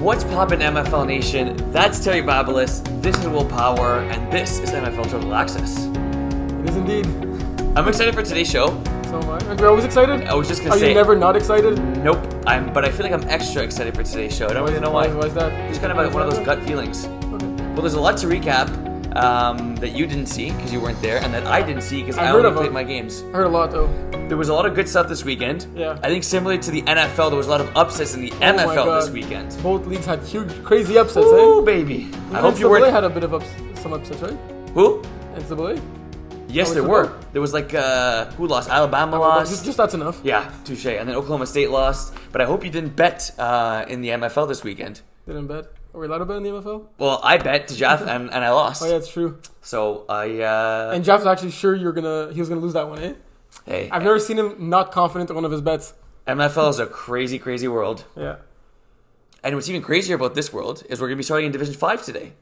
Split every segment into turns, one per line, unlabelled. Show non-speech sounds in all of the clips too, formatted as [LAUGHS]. What's poppin', MFL Nation? That's Terry Babalis. This is Will Power, and this is MFL Total Access.
It is indeed.
I'm excited for today's show.
So am I. Like, You're always excited?
I was just gonna
Are
say,
you never not excited?
nope. I'm, but I feel like I'm extra excited for today's show. I don't really know why.
Why is that?
It's kind of like one of those gut feelings.
Okay.
Well, there's a lot to recap um, that you didn't see because you weren't there, and that I didn't see because I,
I heard
only
of
played
it.
my games.
Heard a lot though.
There was a lot of good stuff this weekend.
Yeah.
I think similarly to the NFL, there was a lot of upsets in the
Oh my
NFL this
God.
weekend.
Both leagues had huge, crazy upsets,
Ooh,
eh?
baby! I
Even
hope you
NCAA
weren't.
had a bit of ups- some upsets, right?
Who?
NCAA?
Yes,
Oh,
there
it's
were.
about-
There was like uh, who lost? Alabama lost.
Just, just that's enough.
yeah, touche. And then Oklahoma State lost. But I hope you didn't bet uh, in the MFL this weekend.
Didn't bet. Are we allowed to bet in the MFL?
Well, I bet to Jeff, and, and I lost.
Oh yeah, it's true.
So I uh,
And Jeff's actually sure you're gonna he was gonna lose that one, eh?
hey,
I've never seen him not confident in one of his bets.
MFL is a crazy, crazy world.
Yeah.
And what's even crazier about this world is we're gonna be starting in Division Five today,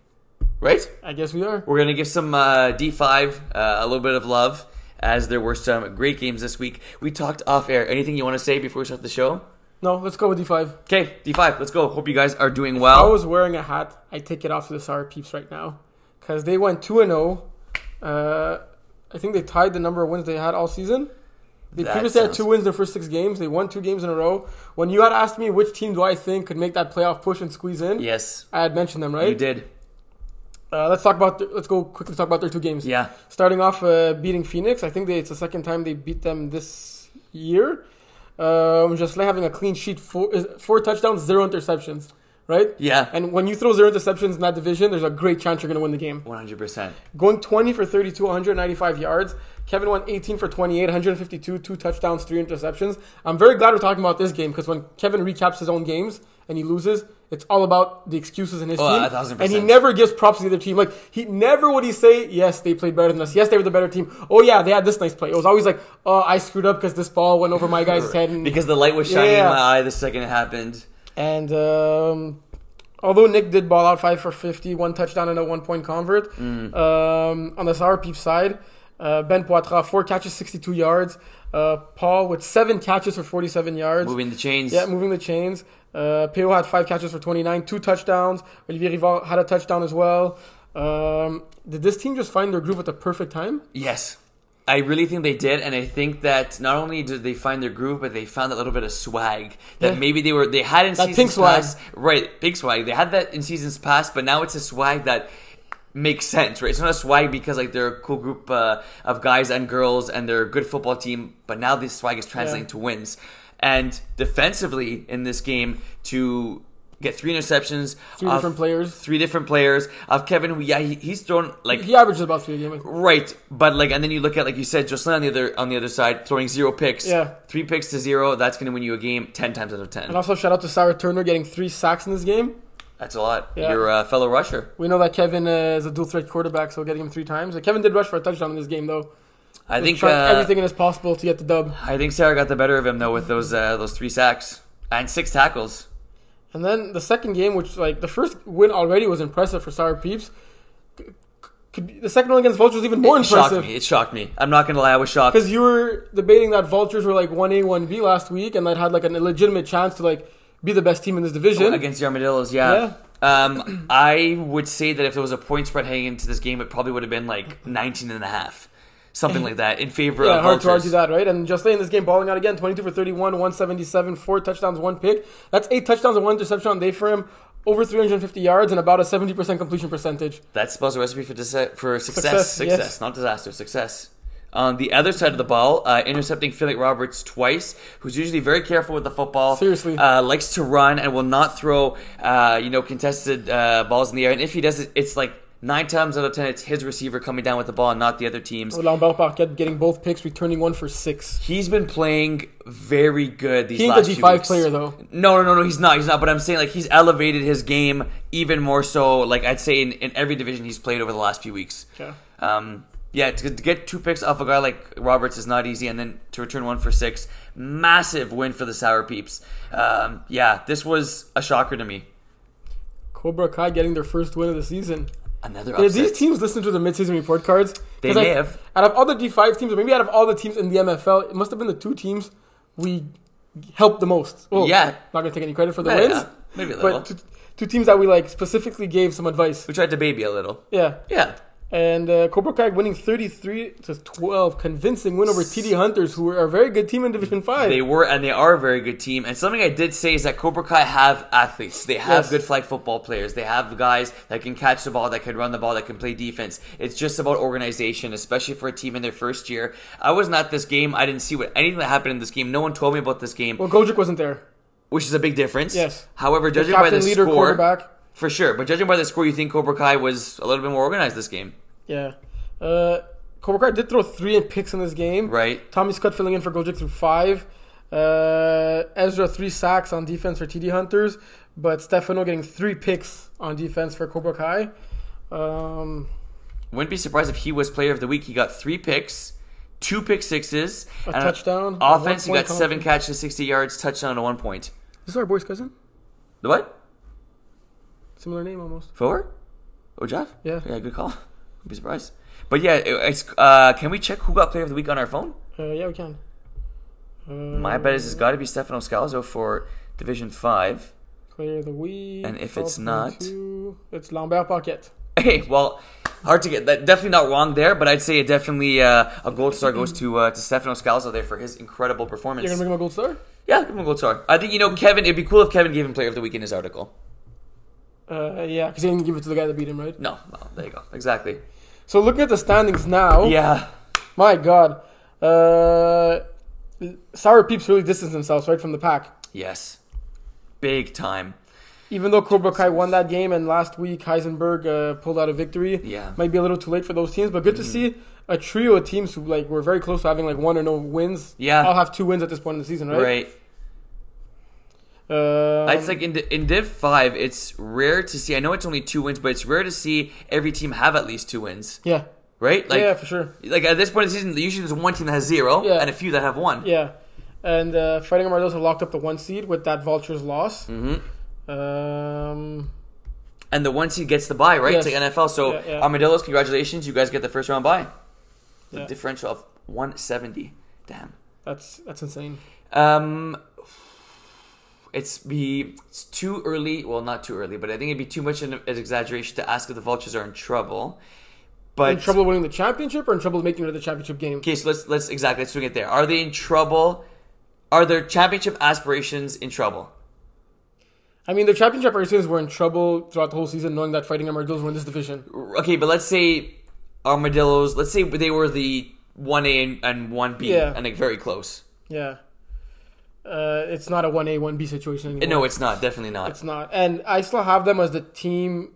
right?
I guess we are.
We're gonna give some uh, D5 uh, a little bit of love, as there were some great games this week. We talked off air. Anything you want to say before we start the show?
No, let's go with D5.
Okay, D5, let's go. Hope you guys are doing
I
well.
was wearing a hat. I take it off to the Sour Peeps right now because they went 2 and 0. Uh, I think they tied the number of wins they had all season. They
That
previously had
sounds-
two wins their first six games. They won two games in a row. When you had asked me which team do I think could make that playoff push and squeeze in,
yes,
I had mentioned them,
you
right?
did.
Uh, let's talk about. Th- let's go quickly talk about their two games.
Yeah,
Starting off uh, beating Phoenix, I think they, it's the second time they beat them this year. Um, just like having a clean sheet, four, is- four touchdowns, zero interceptions, right?
yeah,
And when you throw zero interceptions in that division, there's a great chance you're going to win the game.
one hundred percent.
Going 20 for 32, 195 yards. Kevin went 18 for 28, 152, two touchdowns, three interceptions. I'm very glad we're talking about this game because when Kevin recaps his own games and he loses, it's all about the excuses in his
Oh,
team.
a thousand
And he
percent.
never gives props to the other team. Like, he never would he say, yes, they played better than us. Yes, they were the better team. Oh, yeah, they had this nice play. It was always like, oh, I screwed up because this ball went over
[LAUGHS]
my guy's head. And
Because the light was shining
Yeah.
in my eye the second it happened.
And um, although Nick did ball out five for 50, one touchdown and a one point convert,
Mm.
um, on the Sour Peep side, uh, Ben Poitras, four catches, 62 yards. Uh, Paul with seven catches for 47 yards.
Moving the chains.
Yeah, moving the chains. Uh, Peo had five catches for 29, two touchdowns. Olivier Rivard had a touchdown as well. Um, did this team just find their groove at the perfect time?
Yes. I really think they did, and I think that not only did they find their groove, but they found that little bit of swag that
Yeah.
maybe they were they had in
That
seasons
pink swag.
past. Right, pink swag. They had that in seasons past, but now it's a swag that makes sense, right? It's not a swag because like they're a cool group uh, of guys and girls, and they're a good football team. But now this swag is translating
Yeah.
to wins, and defensively in this game to get three interceptions,
Three
off
different players.
three different players of Kevin. Who, yeah, he, he's thrown like
He averages about three a game. I think.
Right, but like, and then you look at like you said, Jocelyn on the other on the other side, throwing zero picks.
Yeah.
three picks to zero. That's going to win you a game ten times out of ten.
And also, shout out to Sarah Turner getting three sacks in this game.
That's a lot.
Yeah.
Your uh, fellow rusher.
We know that Kevin uh, is a dual threat quarterback, so getting him three times. Uh, Kevin did rush for a touchdown in this game, though.
I think
tried
uh,
everything in his possible to get the dub.
I think Sarah got the better of him though with those uh, those three sacks and six tackles.
And then the second game, which like the first win already was impressive for Sour Peeps. C- Could be, the second one against Vultures even more
it shocked
impressive
me. It shocked me. I'm not going to lie, I was shocked.
because you were debating that Vultures were like one A, one B last week, and that had like a legitimate chance to like be the best team in this division.
against the Armadillos. Yeah. Um, I would say that if there was a point spread heading into this game, it probably would have been like 19 and a half,
[LAUGHS]
something like that, in favor
Yeah,
of
hard to
Vultures.
argue that, right? And Justin in this game balling out again, 22 for 31, 177, four touchdowns, one pick. That's eight touchdowns and one interception on day for him, over 350 yards and about a 70% completion percentage.
That spells a recipe for disa- for success.
Success,
Success,
yes.
not disaster. Success. On the other side of the ball, uh, intercepting Philip Roberts twice, who's usually very careful with the football.
Seriously.
uh, likes to run and will not throw, uh, you know, contested uh, balls in the air. And if he does it, it's like nine times out of ten, it's his receiver coming down with the ball and not the other team's.
Lambert Parquet getting both picks, returning one for six.
He's been playing very good these
He ain't
last
the
few
G5
weeks.
player, though.
No, no, no, no. He's not. He's not. But I'm saying like he's elevated his game even more so. Like I'd say in, in every division he's played over the last few weeks.
Yeah.
Um, yeah, to, to get two picks off a guy like Roberts is not easy, and then to return one for six, massive win for the Sour Peeps. Um, yeah, this was a shocker to me.
Cobra Kai getting their first win of the season.
Another
Did
upset.
these teams listen to the midseason report cards? 'Cause
They may
I-
have.
Out of all the D5 teams, or maybe out of all the teams in the MFL, it must have been the two teams we helped the most. Well,
Yeah.
Not going to take any credit for the
Yeah,
wins.
yeah. Maybe a little.
But two, two teams that we like specifically gave some advice.
We tried to baby a little.
Yeah.
Yeah.
And uh, Cobra Kai winning 33 to 12, convincing win over TD Hunters, who were a very good team in Division 5.
They were and they are a very good team. And something I did say is that Cobra Kai have athletes. They have
Yes.
good flag football players. They have guys that can catch the ball, that can run the ball, that can play defense. It's just about organization, especially for a team in their first year. I was not this game. I didn't see what anything that happened in this game. No one told me about this game,
well, Gojic wasn't there.
which is a big difference.
Yes.
However,
The
judging by
captain,
the
leader,
score,
quarterback.
for sure. But judging by the score, you think Cobra Kai was a little bit more organized this game,
Yeah. Uh, Cobra Kai did throw three in picks in this game.
right?
Tommy Scott filling in for Gojic through five. Uh, Ezra three sacks on defense for TD Hunters, but Stefano getting three picks on defense for Cobra Kai. Um,
Wouldn't be surprised if he was player of the week. He got three picks, two pick sixes, a
touchdown, a
offense, he
one-point
got seven catches, sixty yards, touchdown, and one point.
this is our boy's cousin.
The what?
Similar name almost.
Forward? Oh, Jeff?
Yeah.
Yeah, good call. [LAUGHS] Wouldn't be surprised. But yeah, it- it's, uh, can we check who got player of the week on our phone?
Uh, yeah, we can. Uh,
My bet is it's got to be Stefano Scalzo for Division Five.
player of the week.
And if
top
it's not-
22. it's Lambert Paquette.
[LAUGHS] Hey, well, hard to get that. Definitely not wrong there, but I'd say it definitely uh, a gold star goes to uh, to Stefano Scalzo there for his incredible performance.
You're gonna make him a gold star.
Yeah, give him a gold star. I think you know Kevin. It'd be cool if Kevin gave him player of the week in his article.
Uh, yeah, because he didn't give it to the guy that beat him, right?
No, no, there you go. Exactly.
So looking at the standings now.
Yeah.
My God. Uh, Sour Peeps really distanced themselves right from the pack.
Yes. Big time.
Even though Cobra Kai won that game and last week Heisenberg uh, pulled out a victory,
Yeah. Mm-hmm.
might be a little too late for those teams. But good to see a trio of teams who like were very close to having like one or no wins.
Yeah.
all have two wins at this point in the season, right?
Right.
Um,
it's like in D- in Div Five, it's rare to see. I know it's only two wins, but it's rare to see every team have at least two wins.
yeah,
Right. Like
yeah, for sure,
like at this point in the season, usually there's one team that has zero
Yeah.
and a few that have one.
yeah. And uh, Fighting Mardos have locked up the one seed with that Vultures loss.
Mhm.
Um,
And the one seed gets the bye, right? It's like
Yes.
NFL. So
Yeah, yeah.
Armadillos, congratulations, you guys get the first round bye. The
Yeah.
differential of 170. Damn.
that's that's insane.
Um, it's be it's too early. Well, not too early, but I think it'd be too much an, an exaggeration to ask if the vultures are in trouble. But
In trouble winning the championship or in trouble making it to the championship game?
okay, so let's let's exactly let's swing it there. Are they in trouble? Are their championship aspirations in trouble?
I mean, the championship racers were in trouble throughout the whole season, knowing that Fighting Armadillos were in this division.
Okay, but let's say armadillos. Let's say they were the one A and, and one B,
Yeah.
and like very close.
Yeah, uh, it's not a one A one B situation anymore.
Uh, No, it's not. Definitely not.
it's not. And I still have them as the team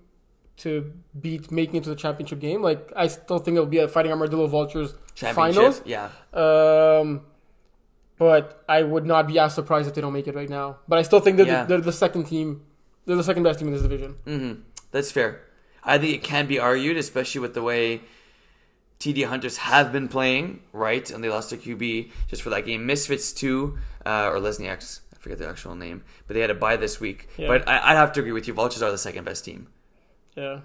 to beat making it to the championship game. Like I still think it'll be a Fighting Armadillo Vultures finals.
championship. Yeah.
Um, but I would not be as surprised if they don't make it right now. But I still think they're,
Yeah.
the, they're the second team. They're the second best team in this division.
That's fair. I think it can be argued, especially with the way TD Hunters have been playing, right? And they lost to QB just for that game. Misfits too, uh, or Lesniaks. I forget the actual name, but they had a bye this week.
Yeah.
But I, I'd have to agree with you. Vultures are the second best team.
Yeah.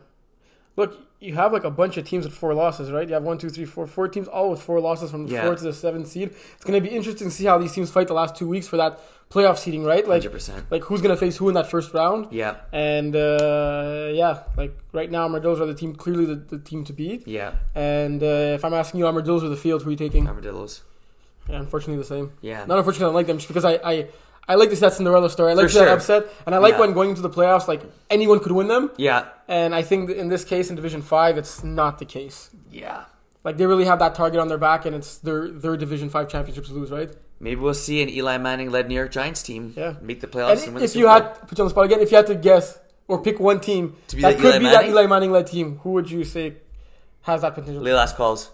Look, you have like a bunch of teams with four losses, right? You have one, two, three, four, four teams all with four losses from the
Yeah.
four to the seventh seed. It's gonna be interesting to see how these teams fight the last two weeks for that playoff seeding, right? Like,
Hundred percent.
like who's gonna face who in that first round?
Yeah,
And uh, yeah, like right now, Armadillos are the team clearly the, the team to beat.
yeah.
And uh, if I'm asking you, Armadillos are the field who are you taking?
Armadillos.
Yeah, unfortunately, the same.
Yeah.
Not unfortunately, I don't like them just because I, I, I like this that Cinderella story. I like
For
that
sure.
upset, and I like
Yeah.
when going into the playoffs, like anyone could win them.
Yeah,
And I think that in this case, in Division Five, it's not the case.
yeah.
Like they really have that target on their back, and it's their their Division Five championships to lose, right?
Maybe we'll see an Eli Manning led New York Giants team
Yeah.
make the playoffs and,
And
win the
if
Super
you
Bowl.
had put you on the spot again, if you had to guess or pick one team
To be the
that could
Eli
be
Manning?
that Eli Manning led team, who would you say has that potential?
the last calls.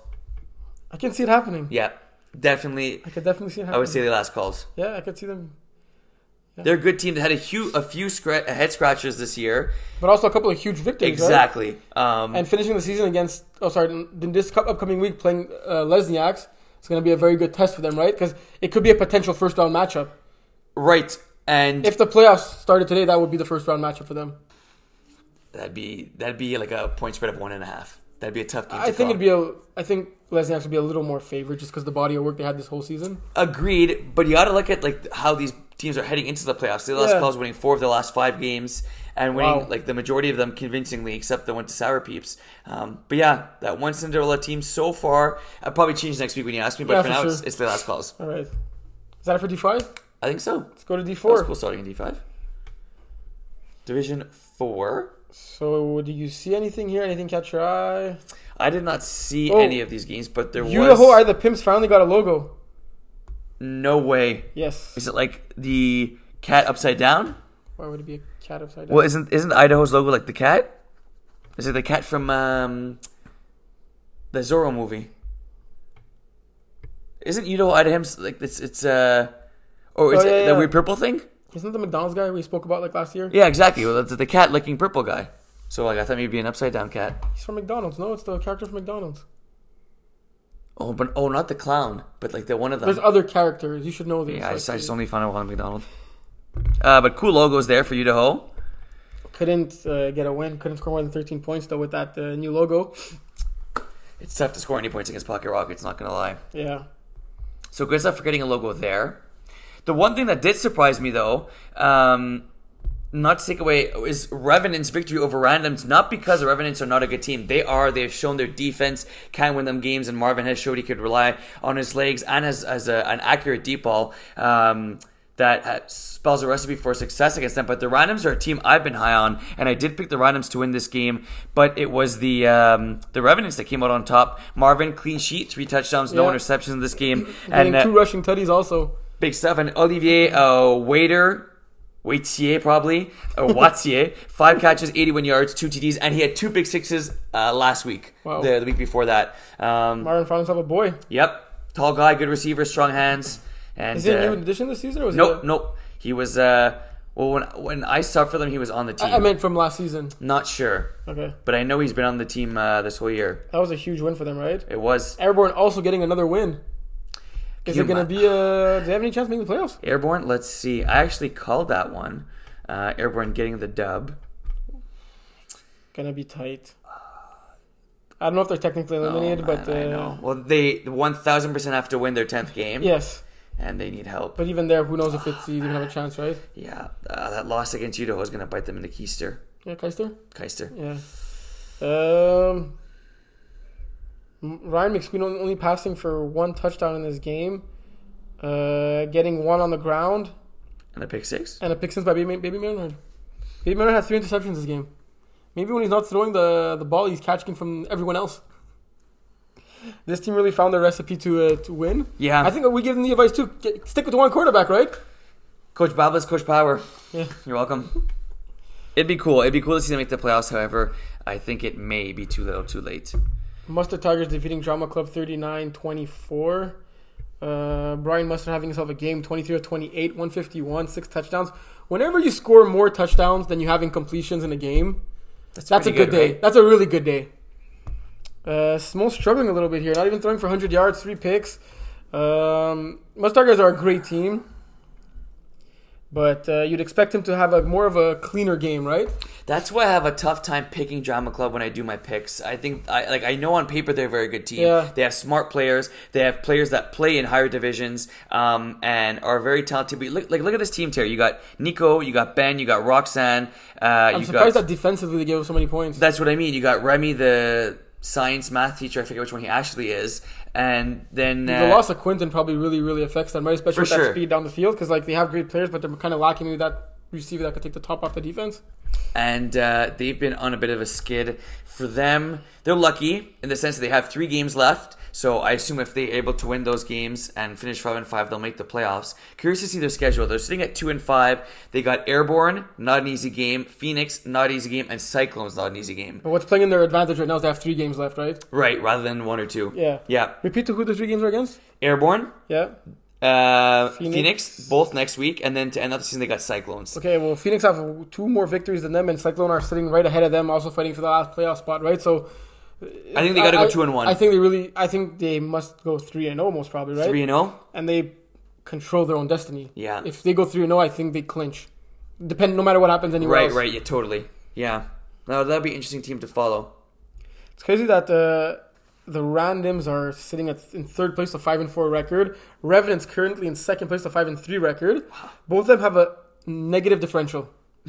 I can see it happening.
Yeah, definitely.
I could definitely see it
I
happening.
would say the last calls.
yeah, I could see them.
They're a good team that had a, hu- a few scra- head scratchers this year.
But also a couple of huge victories, right?
Exactly. Um,
And finishing the season against, oh sorry, in in this cup- upcoming week playing uh, Lesniaks, it's going to be a very good test for them, right? Because it could be a potential first round matchup.
right. And
If the playoffs started today, that would be the first round matchup for them.
that'd be that'd be like a point spread of one and a half. That'd be a tough game.
I think it'd be a. I think Lesniak's would be a little more favored just because the body of work they had this whole season.
Agreed, but you got to look at like how these teams are heading into the playoffs. The last
Yeah.
Calls winning four of the last five games and winning
Wow.
like the majority of them convincingly, except the one to Sour Peeps. Um, but yeah, that one Cinderella team so far. I'll probably change next week when you ask me, but
Yeah,
for
for
now
sure.
it's, it's the last calls.
All right. Is that it for D5? Let's
I think so.
go to
That was
D4.
cool starting in D five. Division four.
So, do you see anything here? Anything catch your eye?
I did not see
Oh.
any of these games, but there was
Ulaho are the pimps finally got a logo.
no way.
Yes.
Is it like the cat upside down?
Why would it be a cat upside down?
Well, isn't isn't Idaho's logo like the cat? Is it the cat from um, the Zorro movie? Isn't Idaho Idaho's like it's it's uh, or is
Oh, yeah,
it the
yeah.
weird purple thing?
Isn't the McDonald's guy we spoke about like last year?
Yeah, exactly. Well, that's the cat licking purple guy. So like I thought maybe an upside down cat.
He's from McDonald's. No, it's the character from McDonald's.
Oh, but oh, not the clown, but like the one of them.
There's other characters. You should know these.
Yeah, I
Like,
just, I just only found out Ronald McDonald. Uh, but cool logos there for you to hoe.
couldn't uh, get a win. Couldn't score more than 13 points though with that uh, new logo.
It's tough to score any points against Pocket Rockets, not gonna lie.
Yeah.
So good stuff for getting a logo there. The one thing that did surprise me though, um, not to take away, is Revenant's victory over Randoms. Not because the Revenants are not a good team. They are. They've shown their defense can win them games, and Marvin has showed he could rely on his legs and as, as a, an accurate deep ball. Um, that uh, spells a recipe for success against them. But the Randoms are a team I've been high on, and I did pick the Randoms to win this game. But it was the um, the Revenants that came out on top. Marvin clean sheet, three touchdowns, no
Yeah.
interceptions in this game,
And
and uh,
two rushing tutties also.
big stuff. And Olivier uh, Waiter, Waitier probably,
[LAUGHS]
or Watier, five catches, 81 yards, two TDs, and he had two big sixes uh, last week,
Wow.
the, the week before that. Um,
Marvin found himself a boy.
yep, tall guy, good receiver, strong hands. And
Is he a
uh,
new addition this season or was
nope,
he? a-
nope. He was uh, well when when I saw for them, he was on the team.
I I meant from last season.
Not sure,
Okay.
but I know he's been on the team uh, this whole year.
That was a huge win for them, right?
It was
Airborne also getting another win. Is
You
it going
ma-
to be a. Do they have any chance of making the playoffs?
Airborne. Let's see. I actually called that one. Uh, Airborne getting the dub.
Gonna be tight. I don't know if they're technically eliminated,
Oh,
but uh,
man, I know. Well, they 1000% have to win their 10th game,
yes.
and they need help.
But even there, who knows if it's they even have a chance, right?
yeah, uh, that loss against Idaho is going to bite them in the keister.
Yeah, Keister.
Keister.
Yeah. Um. M- Ryan McSween on- only passing for one touchdown in this game, uh, getting one on the ground
And a pick six?
and a pick six by Baby, Baby Marinard. Baby Marinard had three interceptions this game. Maybe when he's not throwing the the ball, he's catching from everyone else. This team really found their recipe to uh, to win.
Yeah.
I think we give them the advice too. Get, stick with one quarterback, right?
Coach Babas, Coach Power.
Yeah.
You're welcome. It'd be cool. It'd be cool to see them make the playoffs. However, I think it may be too little, too late.
Mustard Tigers defeating Drama Club 39-24. Uh, Brian Mustard having himself a game, 23 of 28, 151, six touchdowns. Whenever you score more touchdowns than you have in completions in a game, that's a
pretty
good, day.
right?
That's a really good day. Uh, Smoltz struggling a little bit here, not even throwing for 100 yards, three picks. Um, Mustard Tigers are a great team. But uh, you'd expect him to have a more of a cleaner game, right?
That's why I have a tough time picking Drama Club when I do my picks. I think I like I know on paper they're a very good team.
Yeah.
They have smart players. They have players that play in higher divisions um, and are very talented. But look, like look at this team tier. You got Nico, you got Ben, you got Roxanne. Uh,
I'm
you
surprised
got
that defensively they gave up so many points.
that's what I mean. You got Remy, the science math teacher. I forget which one he actually is. And then
the
uh,
loss of Quinton probably really, really affects them, right? Especially with
sure.
that speed down the field, because like they have great players, but they're kind of lacking maybe that receiver that could take the top off the defense.
and uh, they've been on a bit of a skid. For them, they're lucky in the sense that they have three games left. So I assume if they're able to win those games and finish five and five, they'll make the playoffs. Curious to see their schedule. They're sitting at two and five. They got Airborne, not an easy game. Phoenix, not an easy game, and Cyclones, not an easy game.
But what's playing in their advantage right now is they have three games left, right?
Right, rather than one or two.
Yeah.
Yeah.
Repeat to who the three games are against?
Airborne,
Yeah.
uh, Phoenix.
Phoenix.
both next week, and then to end up the season, they got Cyclones.
Okay. Well, Phoenix have two more victories than them, and Cyclone are sitting right ahead of them, also fighting for the last playoff spot, right? So
I think they got to
I-
go
I-
two and one.
I think they really, I think they must go three and zero most probably, right?
Three and oh? zero.
and they control their own destiny.
Yeah.
If they go three and zero, I think they clinch. Depend no matter what happens anywhere
Right,
else.
right. Yeah, totally. Yeah. Now that'd be an interesting team to follow.
It's crazy that uh, The randoms are sitting at, in third place, a five and four record. Revenant's currently in second place, a five and three record. Both of them have a negative differential.
[LAUGHS]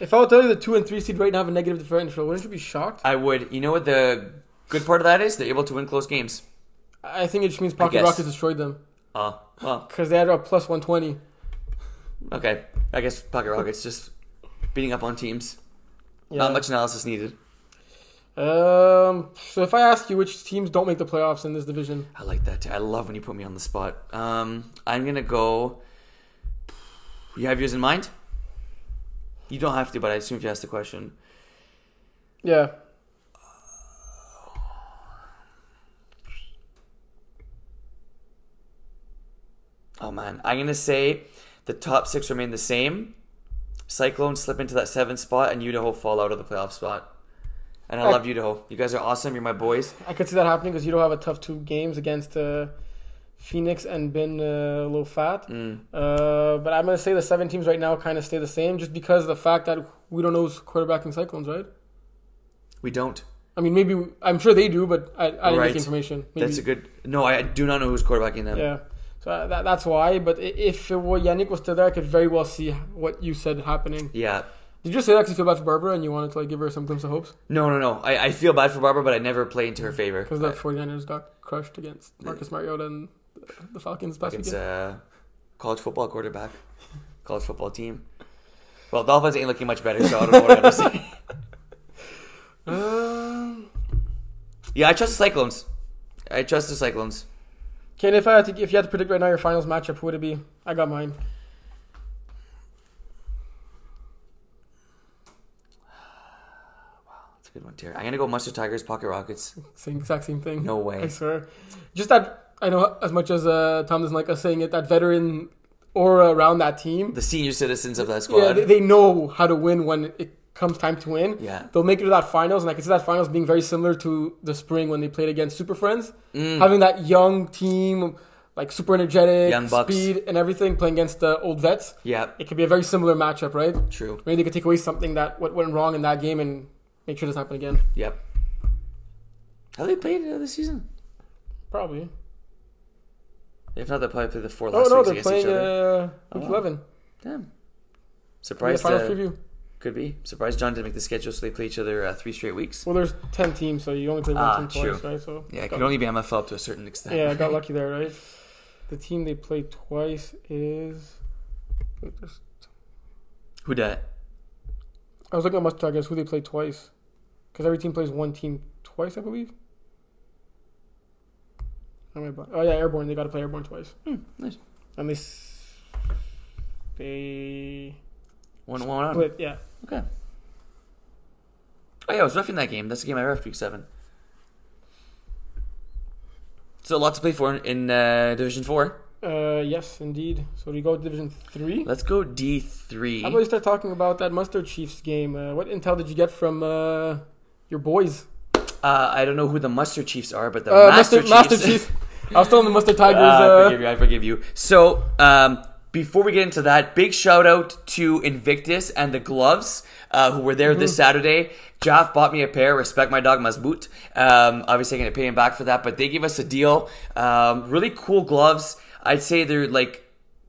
if I would tell you the two and three seed right now have a negative differential, wouldn't you be shocked?
I would. You know what the good part of that is? They're able to win close games.
I think it just means Pocket
guess.
Rockets destroyed them
Oh, well,
because they had a plus one twenty.
okay. I guess Pocket Rockets just beating up on teams.
Yeah.
Not much analysis needed.
Um. So if I ask you which teams don't make the playoffs in this division,
I like that. too. I love when you put me on the spot. Um, I'm gonna go. You have yours in mind. You don't have to, but I assume if you ask the question,
yeah,
oh man, I'm gonna say the top six remain the same. Cyclones slip into that seventh spot, and Idaho fall out of the playoff spot. And I
Okay.
love Idaho. You guys are awesome. You're my boys.
I could see that happening because you don't have a tough two games against uh, Phoenix and Ben uh, Lofat.
Mm.
Uh, but I'm gonna say the seven teams right now kind of stay the same, just because of the fact that we don't know who's quarterbacking Cyclones, right?
We don't.
I mean, maybe I'm sure they do, but I, I didn't get
Right.
the information. Maybe,
That's a good. No, I do not know who's quarterbacking them.
yeah. So uh, that, that's why. But i- if it were Yannick was still there, I could very well see what you said happening.
yeah.
Did you just say that because you feel bad for Barbara and you wanted to like give her some glimpse of hopes?
No, no, no. I, I feel bad for Barbara, but I never play into her favor.
Because the 49ers got crushed against Marcus Mariota and the Falcons last
It's
weekend.
a college football quarterback, college football team. Well, Dolphins ain't looking much better, so I don't know what I'm
[LAUGHS]
saying. uh,
Um,
Yeah, I trust the Cyclones. I trust the Cyclones.
Ken, if I had to, if you had to predict right now your finals matchup, who would it be? I got mine.
That's a good one, Terry. I'm gonna go Mustard Tigers, Pocket Rockets.
Same exact same thing.
No
I
way.
swear. Just that I know as much as uh, Tom doesn't like us saying it, that veteran aura around that team.
The senior citizens of that
Yeah,
squad.
they, they know how to win when it comes time to win.
Yeah.
They'll make it to that finals, and I can see that finals being very similar to the spring when they played against Super Friends.
Mm.
Having that young team, like super energetic,
Young bucks.
speed, and everything, playing against the old vets.
Yeah,
It could be a very similar matchup, right?
true.
Maybe they could take away something that what went wrong in that game and make sure it doesn't happen again.
Yep. Have they played uh, this season?
Probably.
If not, they probably played the four
Oh
last
no,
weeks
they're
against each
playing
other.
uh, week
wow.
eleven.
Damn.
The
Surprised.
finals
uh,
preview.
could be. Surprised John didn't make the schedule, so they play each other uh, three straight weeks.
Well, there's ten teams, so you only play one
Ah,
team twice, right? So
Yeah, it
got,
could only be MFL up to a certain extent.
yeah,
[LAUGHS]
I got lucky there, right? The team they play twice is. wait, there's-
Who dat?
I was looking at Must Tigers who they play twice, because every team plays one team twice, I believe. Am I bu- Oh yeah, Airborne. They got to play Airborne twice,
Nice.
and they s- they
One, one, one.
split. Yeah.
Okay. Oh yeah, I was roughing that game. That's the game I roughed week seven. So a lot to play for in, in uh, Division Four.
Uh, yes, indeed. So we go to Division Three.
Let's go D
How about
three.
you start talking about that Mustard Chiefs game? Uh, what intel did you get from uh, your boys?
Uh, I don't know who the Mustard Chiefs are, but the
Uh,
Master, Chiefs. [LAUGHS]
Master Chiefs. I was still in the Mustard Tigers.
Ah, I
Uh,
forgive you. I forgive you. So, um, before we get into that, big shout out to Invictus and the Gloves, uh, who were there this Saturday. Jaff bought me a pair. Respect my dog, Mazboot. Um, obviously, I'm going to pay him back for that, but they gave us a deal. Um, really cool gloves. I'd say they're like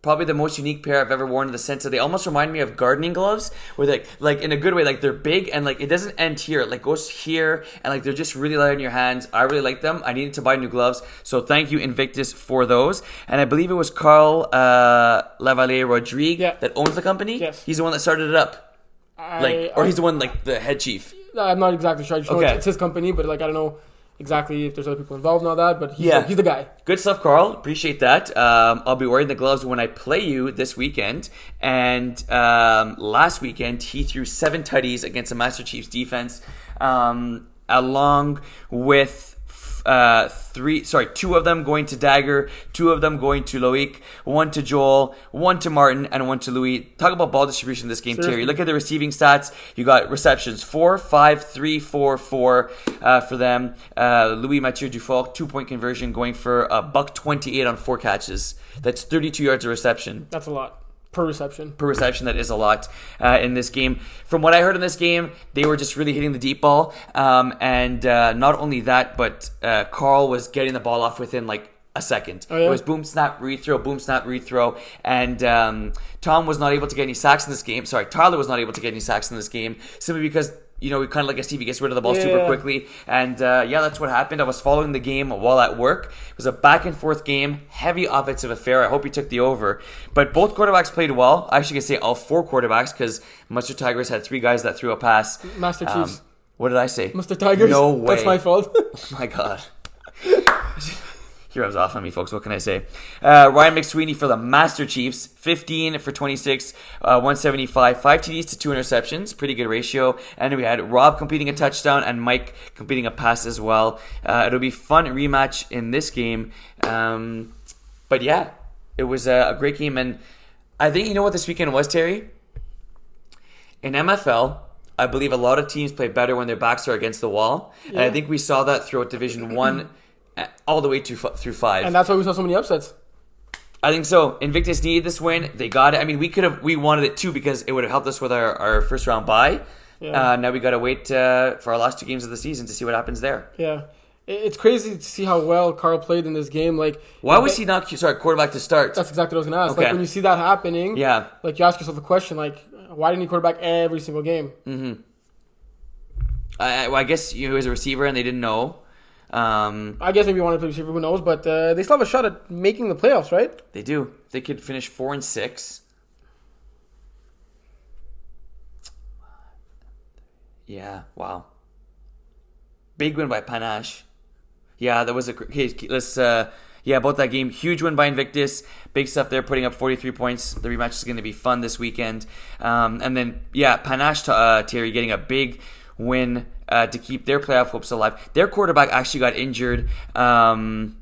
probably the most unique pair I've ever worn in the sense that they almost remind me of gardening gloves where like like in a good way like they're big and like it doesn't end here it like goes here and like they're just really light on your hands I really like them I needed to buy new gloves so thank you Invictus for those and I believe it was Carl uh, Lavalier Rodrigue
Yeah.
that owns the company
Yes.
he's the one that started it up
I,
like or he's the one like the head chief
I, am not exactly sure. I just know
Okay.
it's, it's his company, but like I don't know exactly if there's other people involved and all that. But he's,
Yeah.
the, he's the guy.
Good stuff, Carl. Appreciate that. Um, I'll be wearing the gloves when I play you this weekend. And um, last weekend, he threw seven tutties against the Master Chiefs defense, um, along with f- uh, three, sorry, two of them going to Dagger, two of them going to Loic, one to Joel, one to Martin, and one to Louis. Talk about ball distribution in this game, Terry.
Seriously.
Look at the receiving stats. You got receptions four, five, three, four, four uh, for them. Uh, Louis Mathieu Dufault, two point conversion, going for a buck 28 on four catches. That's 32 yards of reception.
That's a lot. per reception.
per reception. That is a lot uh, in this game. From what I heard in this game, they were just really hitting the deep ball. Um, and uh, not only that, but uh, Carl was getting the ball off within like a second.
yeah?
It was boom, snap, rethrow, boom, snap, rethrow. And um, Tom was not able to get any sacks in this game. Sorry, Tyler was not able to get any sacks in this game simply because. You know, we kind of like a Stevie gets rid of the ball super
Yeah.
quickly quickly. And uh, yeah, that's what happened. I was following the game while at work. It was a back and forth game, heavy offensive affair. I hope you took the over. But both quarterbacks played well. I actually can say all four quarterbacks because Mustard Tigers had three guys that threw a pass.
Master
Um,
Chiefs.
what did I say?
Mr. Tigers.
No way.
[LAUGHS] That's my fault. [LAUGHS]
Oh [LAUGHS] my god. He rubs off on me, folks. What can I say? Uh, Ryan McSweeney for the Master Chiefs, 15 for 26, uh, 175, 5 TDs to 2 interceptions. Pretty good ratio. And we had Rob completing a touchdown and Mike completing a pass as well. Uh, it'll be fun rematch in this game. Um, but yeah, it was a, a great game. And I think you know what this weekend was, Terry? In MFL, I believe a lot of teams play better when their backs are against the wall, and I
Yeah.
think we saw that throughout Division
[CLEARS THROAT]
One, uh, all the way to f- through five.
and that's why we saw so many upsets.
I think so. Invictus needed this win; they got it. I mean, we could have, we wanted it too because it would have helped us with our, our first round bye.
Yeah.
Uh, now we got to wait uh, for our last two games of the season to see what happens there.
Yeah. I- It's crazy to see how well Carl played in this game. Like
Why was he not sorry quarterback to start?
That's exactly what I was gonna ask.
Okay.
Like when you see that happening,
Yeah.
Like you ask yourself the question, like, why didn't he quarterback every single game?
I, I- well, I guess you know, he was a receiver and they didn't know. Um,
I guess maybe he wanted to play receiver, who knows? But uh, they still have a shot at making the playoffs, right?
They do. They could finish four and six. Yeah. Wow. Big win by Panache. Yeah, that was a cr- okay. Let's. Uh, yeah, about that game, huge win by Invictus. Big stuff there, putting up 43 points. The rematch is going to be fun this weekend. Um, and then, yeah, Panache to, uh, Terry getting a big win uh, to keep their playoff hopes alive. Their quarterback actually got injured. Um,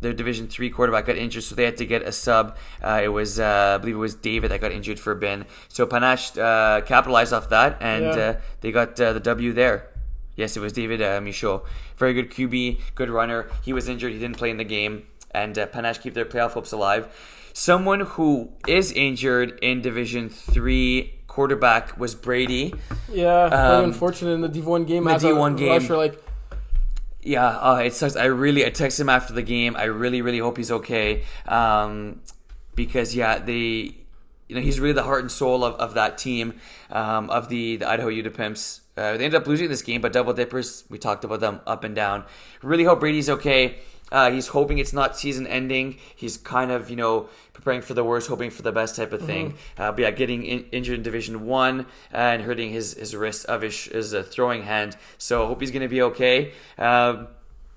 their Division Three quarterback got injured, so they had to get a sub. Uh, it was, uh, I believe, it was David that got injured for Ben. So Panache uh, capitalized off that, and
Yeah.
uh, they got uh, the W there. Yes, it was David uh, Michaud. Very good QB, good runner. He was injured; he didn't play in the game, and uh, Panache keep their playoff hopes alive. Someone who is injured in Division Three quarterback was Brady.
Yeah,
Um,
very unfortunate in the Div one game.
the
as a
D1 game.
rusher, like
Yeah, uh, it sucks. I really, I text him after the game. I really, really hope he's okay. Um, because yeah, they, you know, he's really the heart and soul of, of that team, um, of the the Idaho Ute Pimps. Uh, they ended up losing this game, but Double Dippers, we talked about them up and down. Really hope Brady's okay. Uh, he's hoping it's not season ending. He's kind of, you know, preparing for the worst, hoping for the best type of thing. Uh, but yeah, getting in, injured in Division One and hurting his his wrist of his, his uh, throwing hand. So I hope he's going to be okay. Um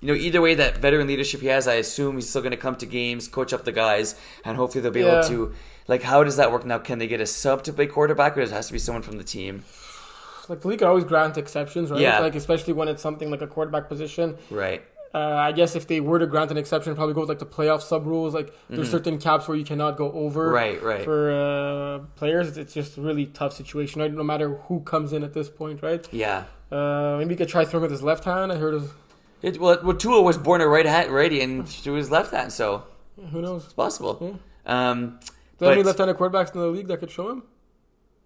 you know, either way, that veteran leadership he has, I assume he's still going to come to games, coach up the guys, and hopefully they'll be
Yeah.
able to. Like, how does that work now? Can they get a sub to play quarterback, or does it has to be someone from the team?
like the league could always grant exceptions, right?
Yeah.
Like especially when it's something like a quarterback position.
Right.
Uh, I guess if they were to grant an exception, it'd probably go with like the playoff sub rules. Like there's certain caps where you cannot go over.
Mm-hmm. Right, right.
For uh, players, it's- it's just a really tough situation. Right? No matter who comes in at this point, right?
Yeah.
Uh, maybe he could try throwing with his left hand. I heard. It was,
It, well, well, Tua was born a right hand righty and threw his left hand, so
who knows?
it's possible. Um,
There any
but
left-handed quarterbacks in the league that could show him?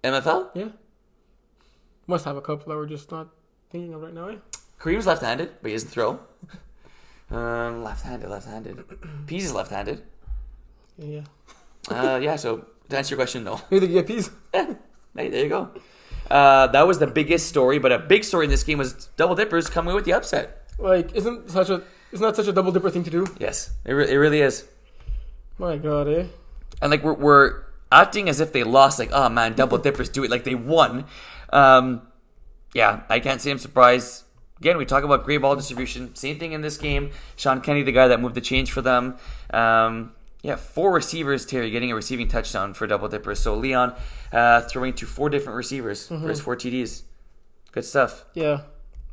MFL?
Yeah. Must have a couple that we're just not thinking of right now. Eh?
Kareem's left handed, but he doesn't throw. Um, left handed, left handed. Pease is left handed.
Yeah.
Uh, yeah, so to answer your question, no. [LAUGHS]
Maybe they could get peas.
Hey, there you go. Uh, that was the biggest story, but a big story in this game was Double Dippers coming with the upset.
Like, isn't such a isn't that such a double dipper thing to do?
Yes, it, re- it really is.
My God, eh?
And like we're, we're acting as if they lost. Like, oh man, Double Dippers do it like they won. Um, yeah, I can't say I'm surprised. Again, we talk about great ball distribution. Same thing in this game. Sean Kennedy, the guy that moved the change for them. Um, yeah, four receivers, Terry, getting a receiving touchdown for Double Dippers. So Leon uh, throwing to four different receivers for his four TDs. Good stuff.
Yeah.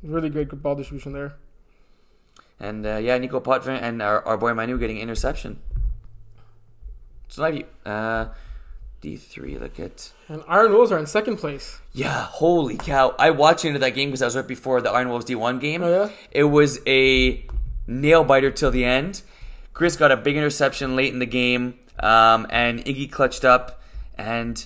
Really great good ball distribution there.
And uh, yeah, Nico Potvin and our, our boy Manu getting interception. So now you uh, D three. Look at
And Iron Wolves are in second place.
yeah, holy cow! I watched into that game because I was right before the Iron Wolves D one game.
Oh, yeah?
It was a nail biter till the end. Chris got a big interception late in the game. Um, and Iggy clutched up, and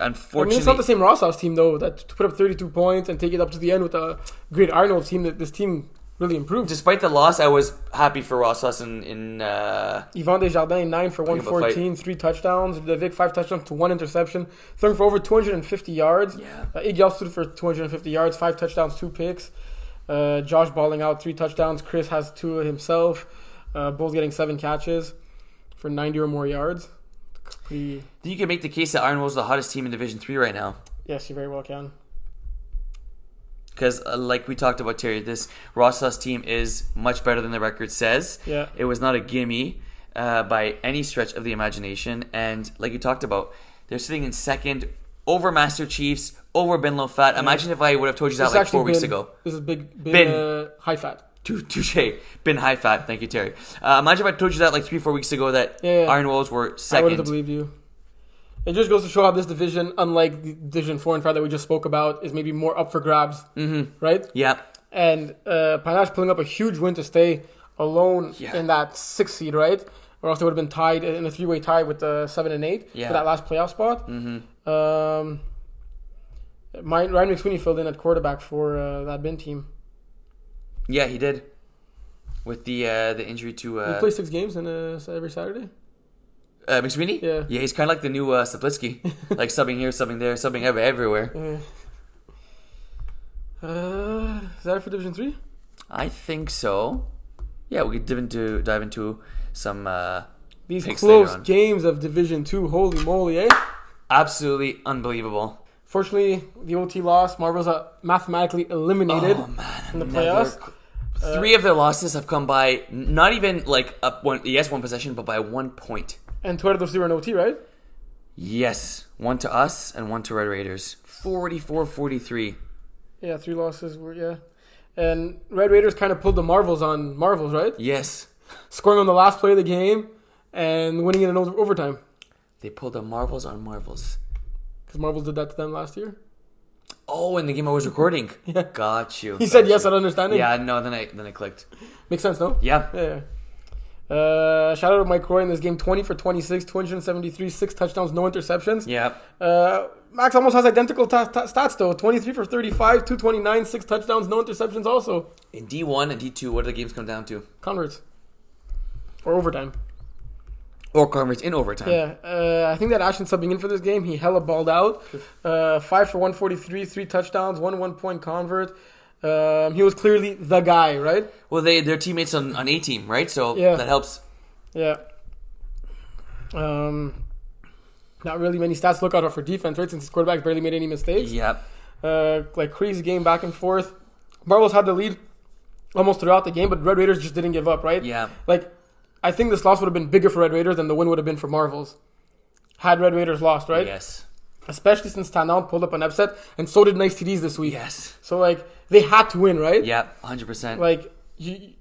I
unfortunately,
mean, it's not the same Ross House team though that to put up 32 points and take it up to the end with a great Arnold team. That this team really improved.
despite the loss, I was happy for Ross in in uh,
Yvan Desjardins nine for
Bring up a
114, three touchdowns. Levick five touchdowns to one interception. Throwing for over 250 yards.
Yeah.
Uh, Iggy also threw for 250 yards, five touchdowns, two picks. Uh, Josh balling out three touchdowns. Chris has two himself. Uh, both getting seven catches for 90 or more yards. Pretty,
you can make the case that Arnold's the hottest team in Division Three right now.
yes, you very well can.
Because, uh, like we talked about, Terry, this Rosas team is much better than the record says.
Yeah.
It was not a gimme uh, by any stretch of the imagination. And, like you talked about, they're sitting in second over Master Chiefs, over Ben Lofat. Imagine if I would have told you that
This
like four
actually
weeks
been-
ago.
This is big, big
Been.
uh, high fat.
Tou- Touche. Been high fat. Thank you, Terry. Uh, imagine if I told you that like three, four weeks ago that
Yeah, yeah.
Iron Wolves were
I would have
second.
believed you. It just goes to show how this division, unlike the division four and five that we just spoke about, is maybe more up for grabs, mm-hmm. right?
Yeah.
And uh, Panache pulling up a huge win to stay alone
Yeah.
in that six seed, right? Or else they would have been tied in a three way tie with the seven and eight
Yeah.
for that last playoff spot. Mm-hmm. Um, my, Ryan McSweeney filled in at quarterback for uh, that bin team.
Yeah, he did. With the uh, the injury to
He
uh,
plays six games in uh, every Saturday.
Uh, McSweeney?
Yeah.
Yeah, he's kind of like the new uh, [LAUGHS] Sablitsky. like subbing here, subbing there, subbing ev- everywhere.
Uh, uh, is that it for Division Three?
I think so. Yeah, we could dive into, dive into some uh,
These
Picks
close
later on.
games of Division Two, holy moly, eh?
absolutely unbelievable.
Fortunately, the OT loss. Marvel's uh, mathematically eliminated
Oh, man.
in the
another
playoffs.
Three of their losses have come by n- not even like up one, yes, one possession, but by one point.
And two out of those three were in OT, right?
Yes, one to us and one to Red Raiders. 44 43.
Yeah, three losses were yeah. And Red Raiders kind of pulled the Marvels on Marvels, right?
Yes,
Scoring on the last play of the game and winning it in over- overtime
they pulled the Marvels on Marvels.
because Marvels did that to them last year.
Oh, and the game I was [LAUGHS] recording.
Yeah.
Got you.
He said
Got
yes, I
you.
don't understand it.
Yeah, no, then I then I clicked.
makes sense, no?
Yeah.
Yeah. Uh, shout out to Mike Roy in this game, 20 for 26, 273, six touchdowns, no interceptions.
Yeah.
Uh, Max almost has identical ta- ta- stats though, 23 for 35, 229, six touchdowns, no interceptions also.
In D1 and D2, what do the games come down to?
Converts. Or overtime.
Or converts in overtime.
Yeah, uh, I think that Ashton subbing in for this game, he hella balled out. Uh, five for 143, three touchdowns, one one point convert. Um, he was clearly the guy, right?
Well, they they're teammates on, on A team, right? So
Yeah.
that helps.
Yeah. Um, not really many stats to look out for defense, right? Since his quarterback barely made any mistakes.
Yeah.
Uh, like crazy game back and forth. Marvels had the lead almost throughout the game, but Red Raiders just didn't give up, right?
Yeah.
Like, I think this loss would have been bigger for Red Raiders than the win would have been for Marvels. Had Red Raiders lost, right?
Yes.
Especially since Tanan pulled up an upset, and so did Nice TDs this week.
Yes.
So like they had to win, right?
Yeah. 100%.
Like you,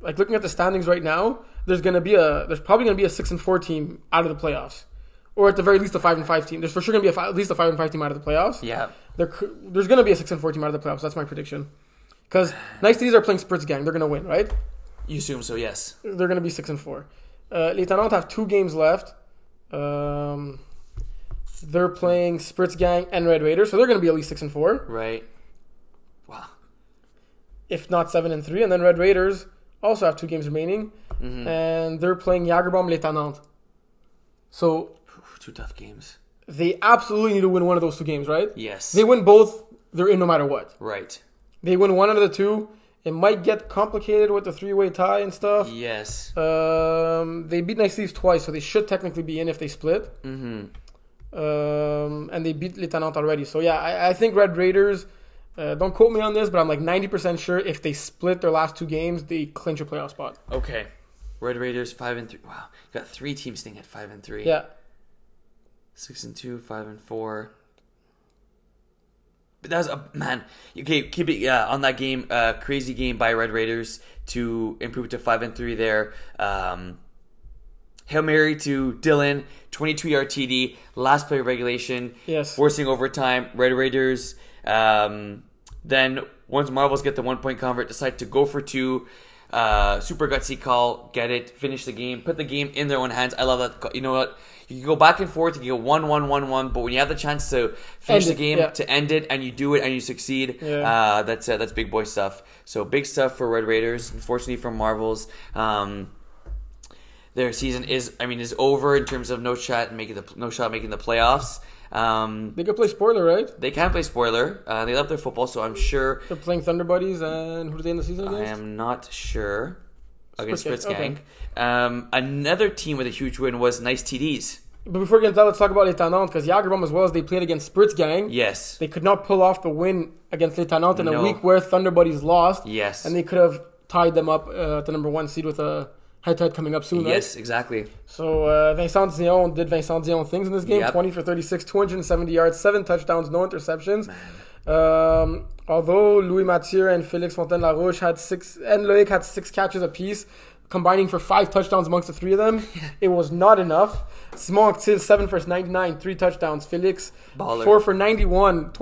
like looking at the standings right now, there's gonna be a there's probably gonna be a six and four team out of the playoffs, or at the very least a five and five team. There's for sure gonna be a fi- at least a five and five team out of the playoffs.
yeah.
There, cou- there's gonna be a six and four team out of the playoffs. That's my prediction. Because Nice TDs are playing Spritz Gang, they're gonna win, right?
You assume so, yes.
they're going to be six and four. Uh, Les Tenants have two games left. Um, they're playing Spritz Gang and Red Raiders, so they're going to be at least six and four,
Right. Wow.
if not seven and three. And then Red Raiders also have two games remaining, and they're playing Jagerbomb Les Tenants. So
Oof, two tough games.
they absolutely need to win one of those two games, right?
Yes.
They win both, they're in no matter what.
right.
They win one out of the two. It might get complicated with the three-way tie and stuff.
Yes.
Um, they beat Nice Leafs twice, so they should technically be in if they split.
Mm-hmm.
Um, and they beat Les Tenants already. So yeah, I, I think Red Raiders. Uh, don't quote me on this, but I'm like 90% sure if they split their last two games, they clinch a playoff spot.
Okay. Red Raiders, 5 and 3. Wow. Got three teams staying at 5 and 3.
Yeah,
6 and 2, 5 and 4. But that was a man. Okay, keep it yeah, on that game. Uh, crazy game by Red Raiders to improve to five and three there. Um, Hail Mary to Dylan, twenty-two yard TD, last play of regulation,
Yes.
forcing overtime. Red Raiders. Um, then once Marvels get the one point convert, decide to go for two. Uh, super gutsy call, get it, finish the game, put the game in their own hands. I love that. Call. You know what? You can go back and forth. You can go one, one, one, one. But when you have the chance to finish
End
the
it,
game,
yeah.
to end it, and you do it, and you succeed,
Yeah.
uh, that's uh, that's big boy stuff. So big stuff for Red Raiders. Unfortunately, for Marvels. Um, their season is, I mean, is over in terms of no shot making the no shot making the playoffs. Um,
They could play spoiler, right?
they can play spoiler. Uh, they love their football, so I'm sure.
They're playing Thunder Buddies, and who do they end the season
I
against?
am not sure. Against
Spritz,
Spritz
okay.
Gang. Um, another team with a huge win was Nice TDs.
But before we get into that, let's talk about Les Tenantes, because Yagerbom, as well as they played against Spritz Gang,
Yes.
they could not pull off the win against Les Tenantes in
No.
a week where Thunder Buddies lost,
yes.
and they could have tied them up uh, to number one seed with a head-to-head coming up soon, right?
yes, exactly.
So uh, Vincent Dion did Vincent Dion things in this game.
Yep.
20 for 36, 270 yards, 7 touchdowns, no interceptions. Um, although Louis Mathieu and Félix Fontaine-Larouche had 6, and Loic had 6 catches apiece, combining for 5 touchdowns amongst the three
[LAUGHS]
of them, it was not enough. Simon Actil, 7 for 99, 3 touchdowns. Félix,
Baller.
4 for 91,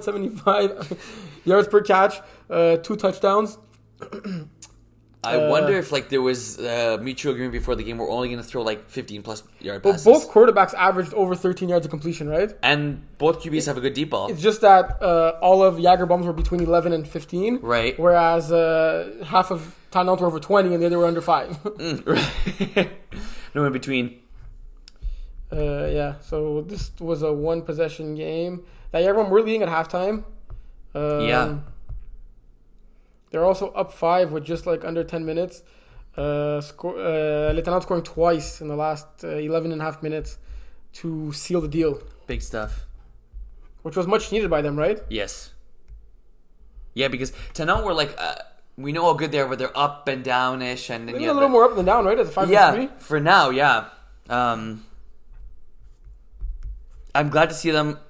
22.75 [LAUGHS] yards per catch, uh, 2 touchdowns.
I
Uh,
wonder if like there was uh, mutual agreement before the game. We're only going to throw like 15 plus yard
But
passes.
both quarterbacks averaged over 13 yards of completion, right?
and both QBs have a good deep ball.
It's just that uh, all of Jager bombs were between 11 and 15.
Right.
Whereas uh, half of Tanant were over 20 and the other were under 5.
Mm. [LAUGHS] no in between.
[LAUGHS] uh, yeah, so this was a one possession game. That Jager bomb were leading at halftime. Um,
Yeah.
They're also up 5 with just like under 10 minutes. Uh, score, uh, Le Tanant scoring twice in the last uh, 11 and a half minutes to seal the deal,
Big stuff.
which was much needed by them, right?
Yes. Yeah, because Tanel were like, uh, we know how good they are, but they're up and down ish. And, and
Maybe
yeah,
a little
the-
more up than down, right? At the 5
yeah,
and 3.
for now, yeah. Um, I'm glad to see them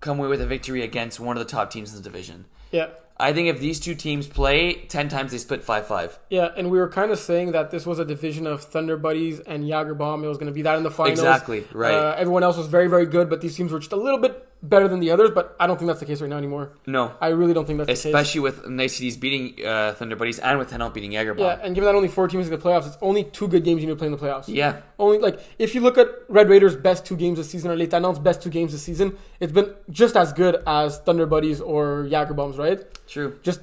come away with a victory against one of the top teams in the division.
Yeah.
I think if these two teams play ten times, they split five-five.
Yeah, and we were kind of saying that this was a division of Thunder Buddies and Jager Bomb. It was going to be that in the finals.
Exactly, right.
Uh, everyone else was very, very good, but these teams were just a little bit better than the others. But I don't think that's the case right now anymore.
No,
I really don't think that's the case.
especially with Nice Cities beating uh, Thunder Buddies and with Hanout beating Jagerbomb.
Yeah, and given that only four teams in the playoffs, it's only two good games you need to play in the playoffs.
yeah,
Only like if you look at Red Raiders' best two games this season or late announced best two games this season, it's been just as good as Thunder Buddies or Jager Bombs, right?
true.
Just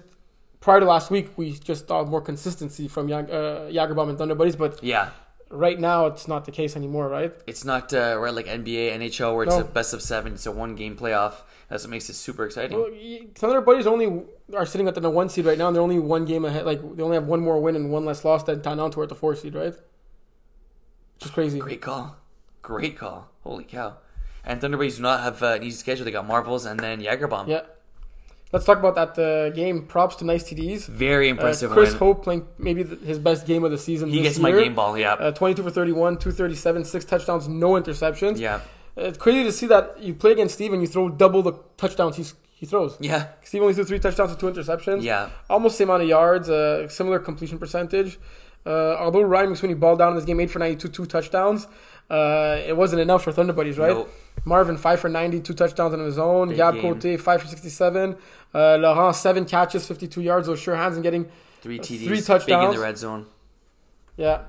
prior to last week, we just saw more consistency from Jag- uh, Jager Bomb and Thunder Buddies, but
Yeah,
right now it's not the case anymore, right?
it's not uh, right like NBA, NHL, where it's
No.
a best of seven. It's a one-game playoff. That's what makes it super exciting.
Well, y- Some of their buddies only are sitting at the number one seed right now, and they're only one game ahead. Like they only have one more win and one less loss than Tanant, who are at the four seed, right? Which is crazy.
Great call. Great call. Holy cow. And Thunderbirds do not have uh, an easy schedule. They got Marvels and then Jagerbomb.
Yeah. Let's talk about that uh, game. Props to nice TDs.
Very
Uh,
impressive
Chris
win.
Hope playing maybe th his best game of the season.
he
this
gets my
year.
game ball. Yeah.
Uh, 22 for 31, 237, six touchdowns, no interceptions.
yeah.
Uh, It's crazy to see that you play against Steve and you throw double the touchdowns he, he throws.
Yeah.
Steve only threw three touchdowns and two interceptions.
Yeah.
almost same amount of yards, uh, similar completion percentage. Uh, although Ryan McSweeney balled down in this game, eight for ninety-two, two touchdowns. Uh, it wasn't enough for Thunder Buddies, right?
Nope.
Marvin five for ninety, two touchdowns on his own. Gab
game.
Cote five for sixty-seven. Uh, Laurent seven catches, fifty-two yards. Those sure hands and getting
Three TDs.
three
Big in
touchdowns.
the red zone.
yeah.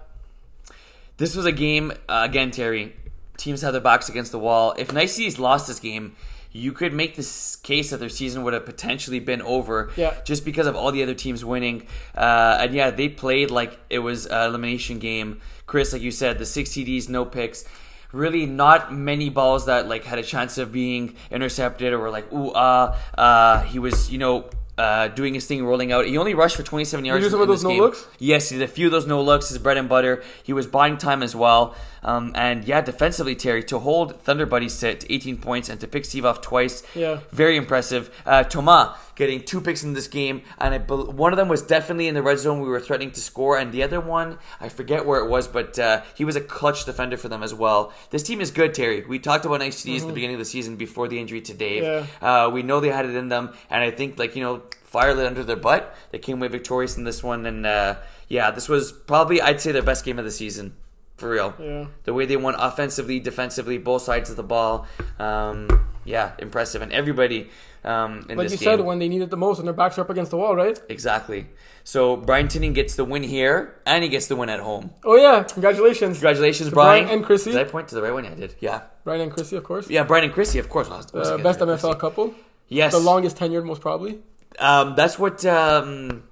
This was a game, uh, again, Terry. Teams had their backs against the wall. If Niceties lost this game, you could make this case that their season would have potentially been over
Yeah.
just because of all the other teams winning. Uh, and yeah, they played like it was an elimination game. Chris, like you said, the six TDs, no picks. Really, not many balls that like had a chance of being intercepted or were like ooh ah. Uh, he was you know uh, doing his thing, rolling out. He only rushed for 27 yards.
do some
in
of those
this
no
game.
looks?
Yes, he did a few of those no looks, his bread and butter. He was buying time as well. Um, and yeah, defensively, Terry, to hold Thunder Buddies to to 18 points and to pick Steve off twice,
Yeah.
very impressive. Uh, Thomas getting two picks in this game, and I bel one of them was definitely in the red zone. We were threatening to score, and the other one, I forget where it was, but uh, he was a clutch defender for them as well. This team is good, Terry. We talked about NXT at the beginning of the season before the injury to Dave.
Mm-hmm. Yeah.
Uh, we know they had it in them, and I think like you know, fire lit under their butt. They came away victorious in this one, and uh, yeah, this was probably I'd say their best game of the season, for real.
Yeah.
The way they won offensively, defensively, both sides of the ball. Um, yeah, impressive. And everybody um, in
Like
this
you
game.
said, when they need it the most, and their backs are up against the wall, right?
exactly. So Brian Tinning gets the win here, and he gets the win at home.
Oh yeah, congratulations,
Congratulations,
To
Brian.
Brian and Chrissy.
Did I point to the right one? Yeah, I did. Yeah.
Brian and Chrissy, of course.
Yeah, Brian and Chrissy, of course. Well, I was- I was
Uh,
thinking
best
Brian and
MFL couple,
Chrissy. Yes.
the longest tenured, most probably.
um, that's what um,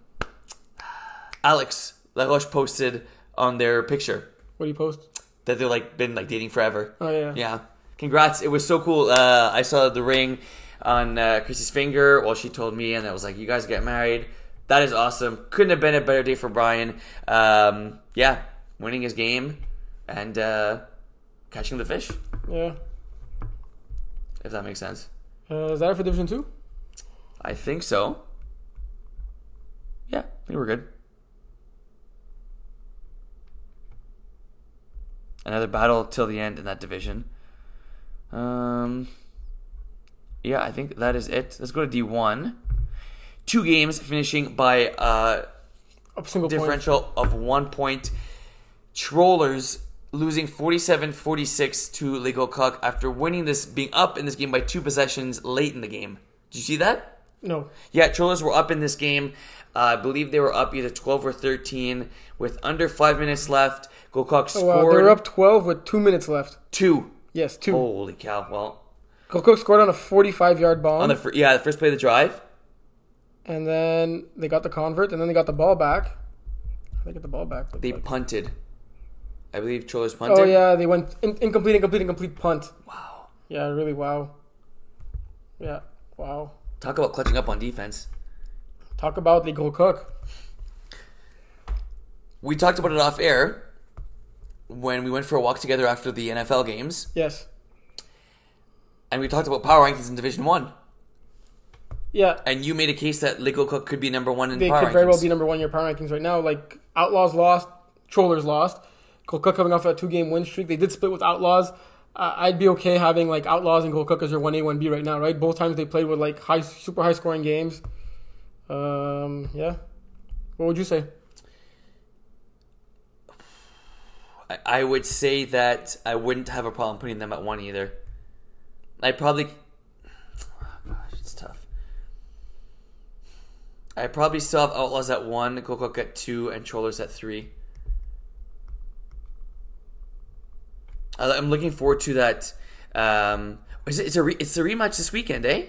Alex Laroche posted on their picture
What do you post?
that they've like been like dating forever.
Oh yeah,
Yeah. Congrats. It was so cool. Uh, I saw the ring on uh, Chrissy's finger while she told me, and I was like, you guys get married. That is awesome. Couldn't have been a better day for Brian. Um, yeah, winning his game and uh, catching the fish,
yeah.
if that makes sense.
Uh, is that it for Division Two?
I think so. Yeah, I think we're good. Another battle till the end in that division. Um, yeah, I think that is it. Let's go to D1. Two games finishing by uh,
A single point.
differential of one point. Trollers losing 47 46 to Lego Cock after winning this, being up in this game by two possessions late in the game. Did you see that?
No.
Yeah, Cholas were up in this game. Uh, I believe they were up either 12 or 13 with under five minutes left. Gokok
Oh,
scored Oh.
wow, they were up 12 with two minutes left.
two.
Yes, two.
Holy cow. Well,
Kokok scored on a 45 yard bomb,
on the fir- yeah, the first play of the drive.
and then they got the convert, and then they got the ball back. They got the ball back. but
They
like-
punted. I believe Cholas punted.
oh, yeah, they went in- incomplete, incomplete, incomplete punt.
Wow.
Yeah, really, wow. Yeah, wow.
Talk about clutching up on defense.
Talk about the Kokok.
We talked about it off air when we went for a walk together after the NFL games,
Yes.
and we talked about power rankings in Division 1.
Yeah,
And you made a case that Ligo Cook could be number one in
they
power
could very
rankings.
well be number one in your power rankings right now. Like, Outlaws lost, Trollers lost. Kokok coming off a two game win streak. They did split with Outlaws. Uh, I'd be okay having like Outlaws and Kokok as your 1A, 1B right now, right? Both times they played with like high, super high scoring games. Um, yeah. What would you say?
I- I would say that I wouldn't have a problem putting them at one either. I probably, gosh, it's tough. I probably still have Outlaws at one, Kokok at two, and Trollers at three. I- I'm looking forward to that. Um, is it, it's a re, it's a rematch this weekend, eh?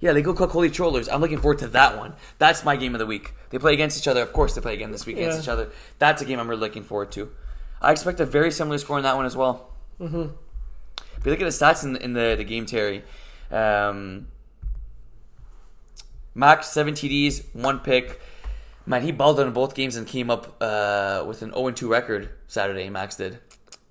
Yeah, they go cook Holy Trollers. I'm looking forward to that one. That's my game of the week. They play against each other. Of course, they play again this week against
Yeah.
each other. That's a game I'm really looking forward to. I expect a very similar score in that one as well. Mm-hmm. If you look at the stats in, in the, the game, Terry, um, Max, seven TDs, one pick. Man, he balled on both games and came up uh, with an 0 2 record Saturday, Max did.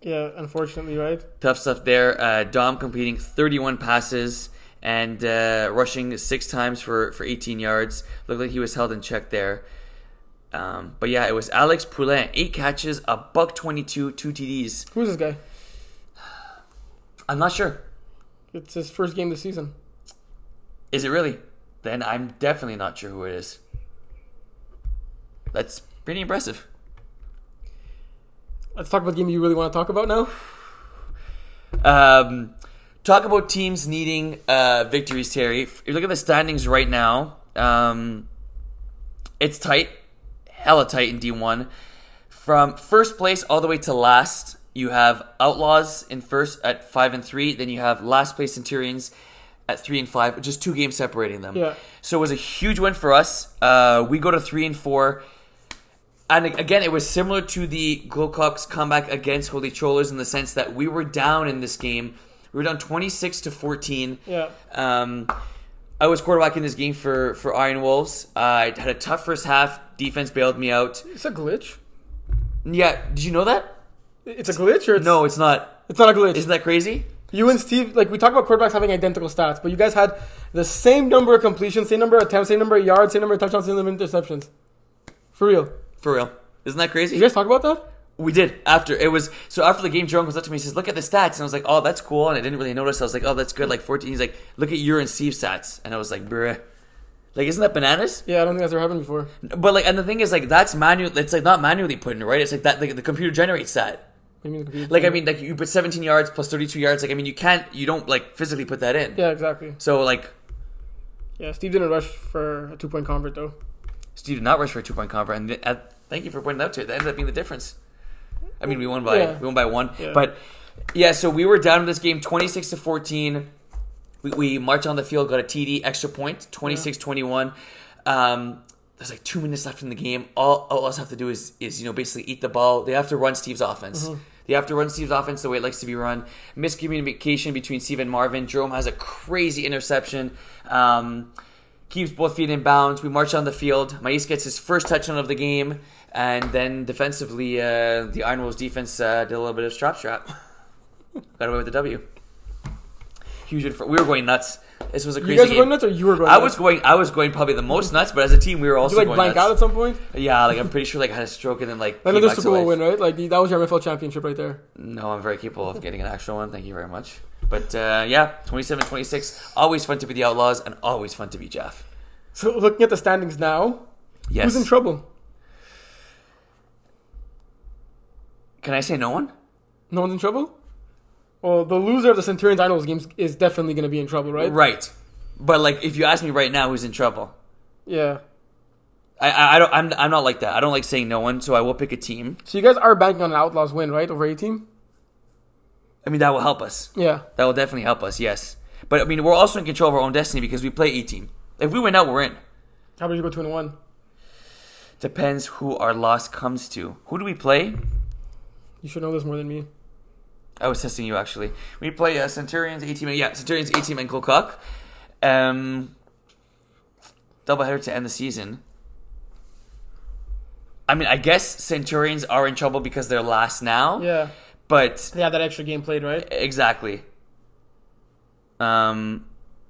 Yeah, unfortunately, right?
Tough stuff there. Uh, Dom completing 31 passes and uh, rushing six times for, for 18 yards. Looked like he was held in check there. Um, but yeah, it was Alex Poulin, eight catches, a buck 22, two TDs.
Who's this guy?
I'm not sure.
It's his first game this season.
Is it really? Then I'm definitely not sure who it is. That's pretty impressive.
Let's talk about the game you really want to talk about now.
Um, talk about teams needing uh, victories, Terry. If you look at the standings right now, um, it's tight, hella tight in D1. From first place all the way to last, you have Outlaws in first at five and three. Then you have last place Centurions at three and five, just two games separating them.
Yeah.
So it was a huge win for us. Uh, we go to three and four. And ag- again, it was similar to the Glowcock's comeback against Holy Trollers in the sense that we were down in this game. We were down 26 to 14.
Yeah.
Um, I was quarterbacking this game for, for Iron Wolves. I had a tough first half. Defense bailed me out.
It's a glitch.
Yeah, did you know that?
It's a glitch or it's,
No, it's not.
It's not a glitch.
Isn't that crazy?
You and Steve, like we talk about quarterbacks having identical stats, but you guys had the same number of completions, same number of attempts, same number of yards, same number of touchdowns, same number of interceptions. For real. Did
For real. Isn't that crazy?
you guys talk about that?
We did after it was so after the game. Jerome comes up to me, and says, "Look at the stats," and I was like, "Oh, that's cool." And I didn't really notice. I was like, "Oh, that's good." Like fourteen. He's like, "Look at your and Steve's stats," and I was like, "Bruh." Like isn't that bananas?
Yeah, I don't think that's ever happened before.
But like, and the thing is, like, that's manual. It's like not manually put in, right? It's like that. Like the computer generates that.
do you mean the computer?
Like I mean, like you put 17 yards plus 32 yards. Like I mean, you can't, you don't like physically put that in.
yeah, exactly.
So like
Yeah, Steve didn't rush for a two point convert though.
Steve did not rush for a two point convert, and th- uh, thank you for pointing that out to it. That ended up being the difference. I mean, we won by
Yeah.
we won by one,
Yeah.
but yeah. So we were down in this game, 26 to 14. We, we marched on the field, got a TD, extra point, 26 21. Um, there's like two minutes left in the game. All, all us have to do is is you know basically eat the ball. They have to run Steve's offense. They have to run Steve's offense the way it likes to be run. Miscommunication between Steve and Marvin. Jerome has a crazy interception. Um, keeps both feet in bounds. We march on the field. Maíz gets his first touchdown of the game, and then defensively, uh, the Iron Wolves defense uh, did a little bit of strap strap. Got away with the W. Huge. inf- We were going nuts. This was a crazy
You guys were
game.
going nuts, or you were going?
I
nuts?
was going. I was going probably the most nuts, but as a team, we were
Did
also
you like
going
blank out
nuts.
at some point?
Yeah, like I'm pretty sure like I had a stroke and then
[LAUGHS]
like came
Another
back to
Super Bowl
life.
win, right? Like that was your NFL championship right there.
No, I'm very capable of getting an actual one. Thank you very much. But uh, yeah, 27, 26. Always fun to be the Outlaws, and always fun to be Jeff.
So looking at the standings now,
Yes.
who's in trouble?
Can I say no one?
No one's in trouble. Well, the loser of the Centurions Idols games is definitely going to be in trouble, right?
Right. But like, if you ask me right now, who's in trouble?
Yeah.
I, I, I don't. I'm, I'm not like that. I don't like saying no one. So I will pick a team.
So you guys are banking on an Outlaws win, right? Over 18?
I mean, that will help us.
Yeah.
That will definitely help us. Yes. But I mean, we're also in control of our own destiny because we play E team. If we win out, we're in.
How about you go 2 and 1?
Depends who our loss comes to. Who do we play?
You should know this more than me.
I was testing you actually. We play uh, Centurions A team. Yeah, Centurions A team and Kilcock. Um, doubleheader to end the season. I mean, I guess Centurions are in trouble because they're last now.
Yeah.
But
They had that extra game played, right?
exactly. Um,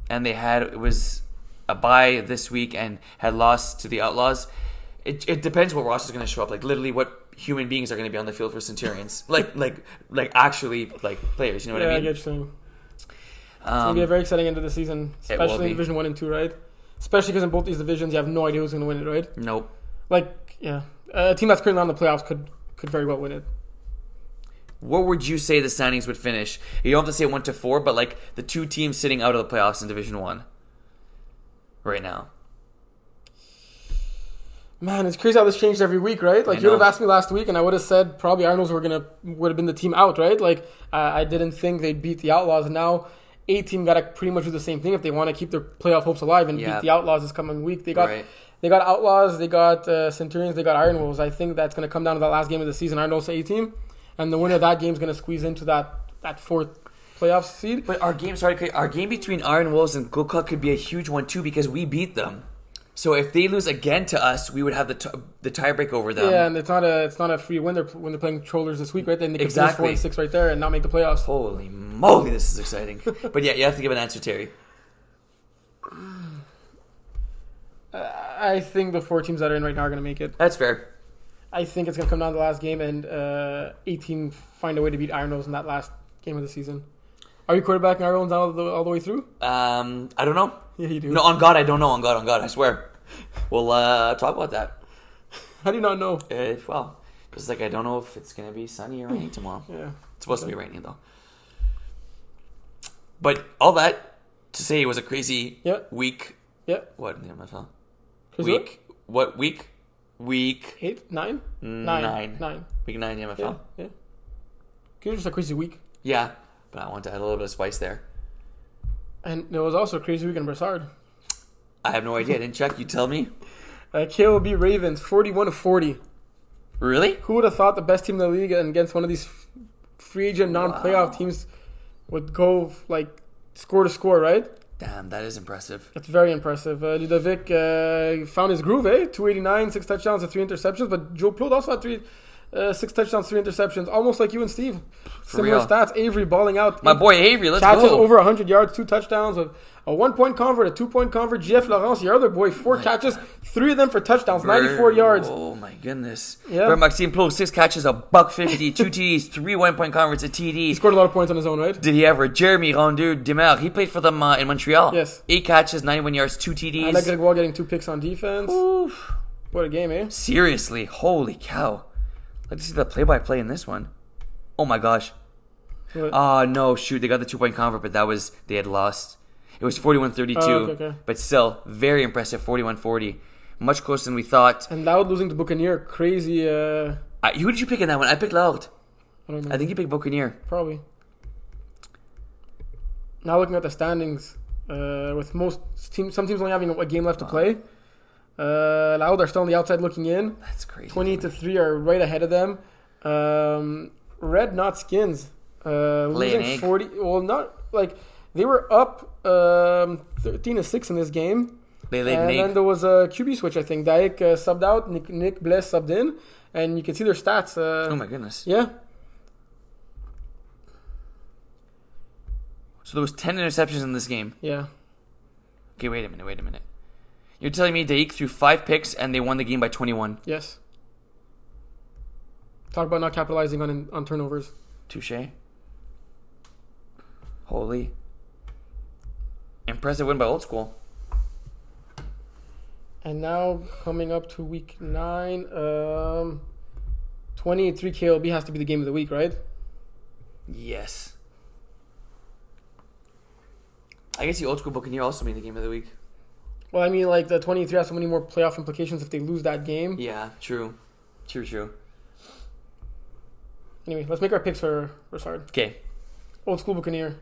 and they had it was a bye this week and had lost to the Outlaws. It, it depends what roster's going to show up. Like literally, what human beings are going to be on the field for
[LAUGHS]
Centurions? like like like actually like players. You know what
yeah,
I
I
mean?
get what you're saying. It's
Um,
going to be a very exciting end of the season,
will
especially in
be.
Division 1 and 2, right? Especially because in both these divisions, you have no idea who's going to win it, right?
nope.
Like, yeah. a team that's currently on the playoffs could, could very well win it.
Where would you say the standings would finish? You don't have to say one to four, but like the two teams sitting out of the playoffs in Division One right now.
Man, it's crazy how this changed every week, right? Like
I
you would have
know.
asked me last week, and I would have said probably Arnold's were gonna would have been the team out, right? Like I I didn't think they'd beat the Outlaws, and now a team got to pretty much do the same thing if they want to keep their playoff hopes alive and
Yeah.
beat the Outlaws this coming week. They got
Right.
they got Outlaws, they got uh, Centurions, they got Iron Wolves. I think that's gonna come down to that last game of the season, Arnold's a team, and the winner of that game's gonna squeeze into that that fourth playoff seed.
But our game, sorry, our game between Iron Wolves and Gokak could be a huge one too because we beat them. So if they lose again to us, we would have the t- the tiebreak over them.
yeah, and it's not a it's not a free win. They're when they're playing controllers this week, right? Then they could finish four
Exactly.
and six right there and not make the playoffs.
Holy moly, this is
[LAUGHS]
exciting. but yeah, you have to give an answer, Terry.
I think the four teams that are in right now are going to make it.
That's fair.
I think it's going to come down to the last game, and uh, 18 find a way to beat Iron Nose in that last game of the season. Are you quarterbacking Ireland all the, all the way through?
Um, I don't know.
Yeah, you do.
No, on God, I don't know. On God, on God, I swear. We'll uh, talk about that.
How do you not know?
Uh, well, just like I don't know if it's gonna be sunny or rainy tomorrow.
Yeah.
It's supposed to be raining though. But all that to say, it was a crazy
Yeah.
week.
Yeah.
What in the NFL?
Crazy what?
week. What? week? Week
Eight? Nine?
Nine.
Nine.
week nine in the
Yeah.
NFL.
yeah. It was just a crazy week.
Yeah. but I want to add a little bit of spice there.
And there was also a crazy week in Broussard.
I have no idea. I didn't check. You tell me.
Uh, KLB Ravens, 41 to 40.
Really?
Who would have thought the best team in the league and against one of these f- free agent, non playoff teams would go like score to score, right?
Damn, that is impressive.
That's very impressive. Uh, Ludovic uh, found his groove, eh? 289, six touchdowns and three interceptions. But Joe Plot also had three, uh, six touchdowns, three interceptions, almost like you and Steve. Similar
real.
stats. Avery balling out.
My boy Avery, let's
Catches
go.
over 100 yards, two touchdowns, a, a one point convert, a two point convert. GF Laurence, your other boy, four catches, three of them for touchdowns, 94 yards.
Oh my goodness.
Yeah.
Yeah. Where Maxime Plot, six catches, a buck fifty,
[LAUGHS]
two TDs, three one point converts, a
He
TD.
scored a lot of points on his own, right?
Did he ever? Jeremy Rondeau Demer. He played for them uh, in Montreal.
Yes.
Eight catches, 91 yards, two TDs.
Alec Gregoire getting two picks on defense.
Oof.
What a game, eh?
Seriously, holy cow. Let's see the play by play in this one. Oh my gosh.
What?
Oh no, shoot, they got the two point convert, but that was they had lost. It was 41-32,
Oh, okay, okay.
but still very impressive 41-40. Much closer than we thought.
And Loud losing to Buccaneer, crazy. Uh,
I, who did you pick in that one? I picked Lourdes.
I don't know.
I think you picked Buccaneer.
Probably. Now looking at the standings, uh, with most teams, some teams only having a game left to play. Uh, Loud are still on the outside looking in.
That's crazy.
Twenty to three are right ahead of them. Um, Red not skins.
Lay
Uh,
an
losing
egg.
forty. Well, not like they were up um, thirteen to six in this game.
They laid
and
an
then
egg.
there was a QB switch, I think. Daik uh, subbed out, Nick, Nick Bless subbed in, and you can see their stats. Uh,
Oh my goodness.
Yeah,
So there was ten interceptions in this game.
yeah.
Okay, wait a minute, wait a minute. You're telling me Daik threw five picks and they won the game by 21.
Yes. Talk about not capitalizing on on turnovers.
Touche. Holy. Impressive win by old school.
And now coming up to week nine, um, twenty and three KLB has to be the game of the week, right?
Yes. I guess the old school Buccaneer also made the game of the week.
Well, I mean, like the twenty and three has so many more playoff implications if they lose that game.
Yeah, true. True, true.
Anyway, let's make our picks for Rashard.
Okay,
Old school Buccaneer.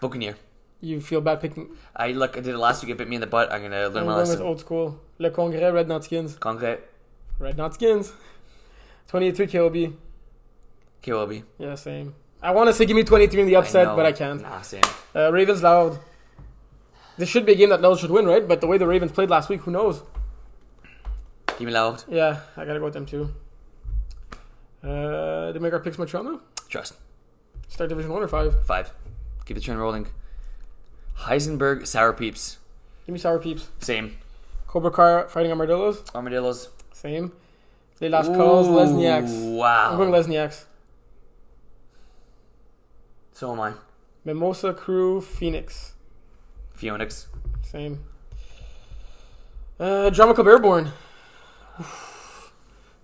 Buccaneer.
You feel bad picking.
I look. I did it last week. It bit me in the butt. I'm gonna learn
I'm
my
going with
lesson.
old school. Le Congrès Red Knot Skins.
Concrete
Red Knot Skins. Twenty and three KLB.
KLB.
Yeah, same. I want to say give me twenty three in the upset,
know.
but I can't.
Nah, same.
Uh, Ravens Loud. This should be a game that Loud should win, right? But the way the Ravens played last week, who knows?
Give me loud.
Yeah, I gotta go with them too. Uh, they make our picks much round now.
Trust.
Start Division One or Five.
Five. Keep the train rolling. Heisenberg Sour Peeps.
Give me Sour Peeps.
Same.
Cobra Car fighting Armadillos.
Armadillos.
Same. They last calls.
Ooh,
Lesniaks. I'm going
Wow.
Lesniaks.
So am I.
Mimosa Crew Phoenix.
Phoenix.
Same. Uh, Drama Club Airborne. [SIGHS]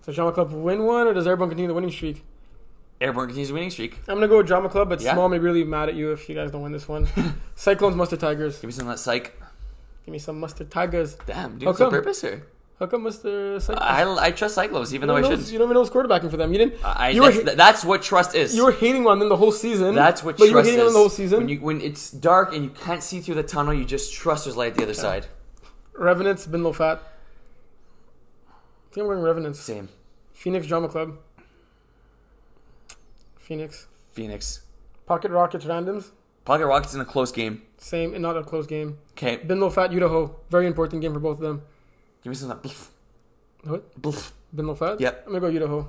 Does Drama Club win one, or does Airborne continue the winning streak?
Airborne continues the winning streak.
I'm gonna go with Drama Club, but
Yeah.
Small may really be mad at you if you guys don't win this
[LAUGHS]
one. Cyclones, Mustard Tigers.
Give me some of that psych.
Give me some Mustard Tigers.
Damn, dude,
How
it's on
come?
purpose here.
How come Mustard Cyclones?
I, I trust Cyclos, even
you,
though I
don't know,
shouldn't. Uh,
you don't even know who's quarterbacking for them. You didn't.
I,
you, were,
that's,
ha-
that's what trust is.
you were hating on them the whole season.
that's what trust
But you were hating
is.
on them the whole season.
When, you, when it's dark and you can't see through the tunnel, you just trust there's light at the other side.
Revenants, Bin Low Fat. I think I'm going Revenants.
Same.
Phoenix Drama Club. Phoenix.
Phoenix.
Pocket Rockets Randoms.
Pocket Rockets in a close game.
Same and not a close game.
Okay,
Bin Low Fat, Utaho. Very important game for both of them.
give me some of that. Bloof,
What?
bloof.
Bin Low Fat?
Yep.
I'm going to go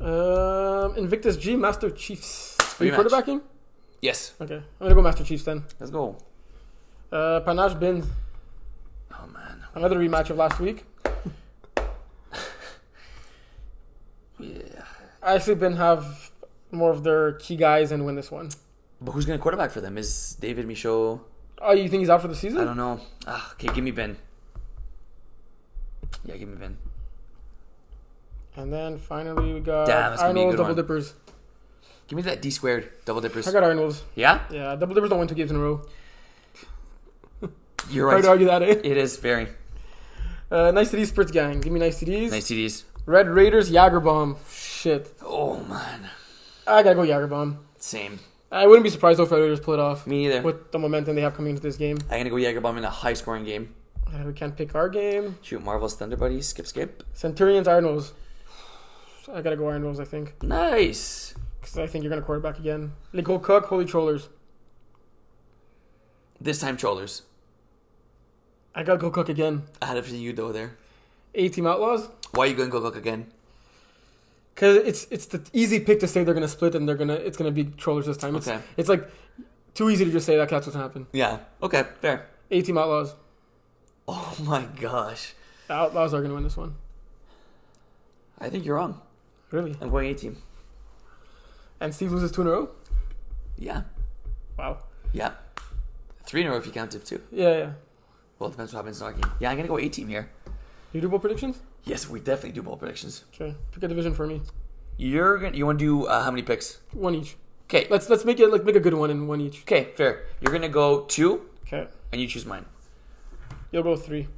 Utaho. Um, Invictus G, Master Chiefs. Are you
Rematch.
quarterbacking?
Yes,
Okay. I'm going to go Master Chiefs then.
let's go.
Uh, Panache Bin,
Oh man,
another rematch of last week.
yeah.
I actually Bin have more of their key guys and win this one.
But who's gonna quarterback for them? Is David Michaud?
Oh, you think he's out for the
I
season?
don't know. Ah, okay, give me Ben. Yeah, give me Ben.
And then finally we got
Damn, that's gonna be a
Iron Wolves,
good
Double
one.
Dippers.
Give me that D squared double dippers.
I got Iron Wolves.
Yeah,
Yeah, Double Dippers don't win two games in a row.
you're
Hard
right.
to argue that, eh?
It is very
Uh, nice Cities Spritz Gang. Give me Nice Cities.
nice CDs.
Red Raiders, Jagerbomb. Shit.
Oh man,
I gotta go Jagerbomb.
same.
I wouldn't be surprised though if Red Raiders pull it off
Me neither.
with the momentum they have coming into this game.
I'm gonna go Jagerbomb in a high scoring game.
Uh, we can't pick our game.
Shoot, Marvel's Thunder Buddies. Skip, skip.
Centurions, Iron Wolves. I gotta go Iron Wolves, I think.
Nice.
Because I think you're gonna quarterback again. Nicole Cook, Holy Trollers.
This time, Trollers.
I gotta go Cook again.
I had it for you though. There.
A Team Outlaws.
Why are you going to go cook again?
Cause it's it's the easy pick to say they're gonna split and they're gonna it's gonna be Trollers this time. It's,
Okay.
it's like too easy to just say that that's what's gonna happen.
Yeah. Okay. Fair.
A Team Outlaws.
Oh my gosh.
The Outlaws are gonna win this one.
I think you're wrong.
Really?
I'm going A team.
And Steve loses two in a row.
Yeah.
Wow.
Yeah. Three in a row if you count it too.
Yeah, yeah.
Well, it depends what happens in our game. Yeah, I'm gonna go A team here.
You do bowl predictions?
Yes, we definitely do bowl predictions.
Okay. Pick a division for me.
You're gonna you want to do uh, how many picks?
One each.
Okay,
Let's let's make it like make a good one and one each.
okay, fair. You're gonna go two,
Okay.
and you choose mine.
You'll go three.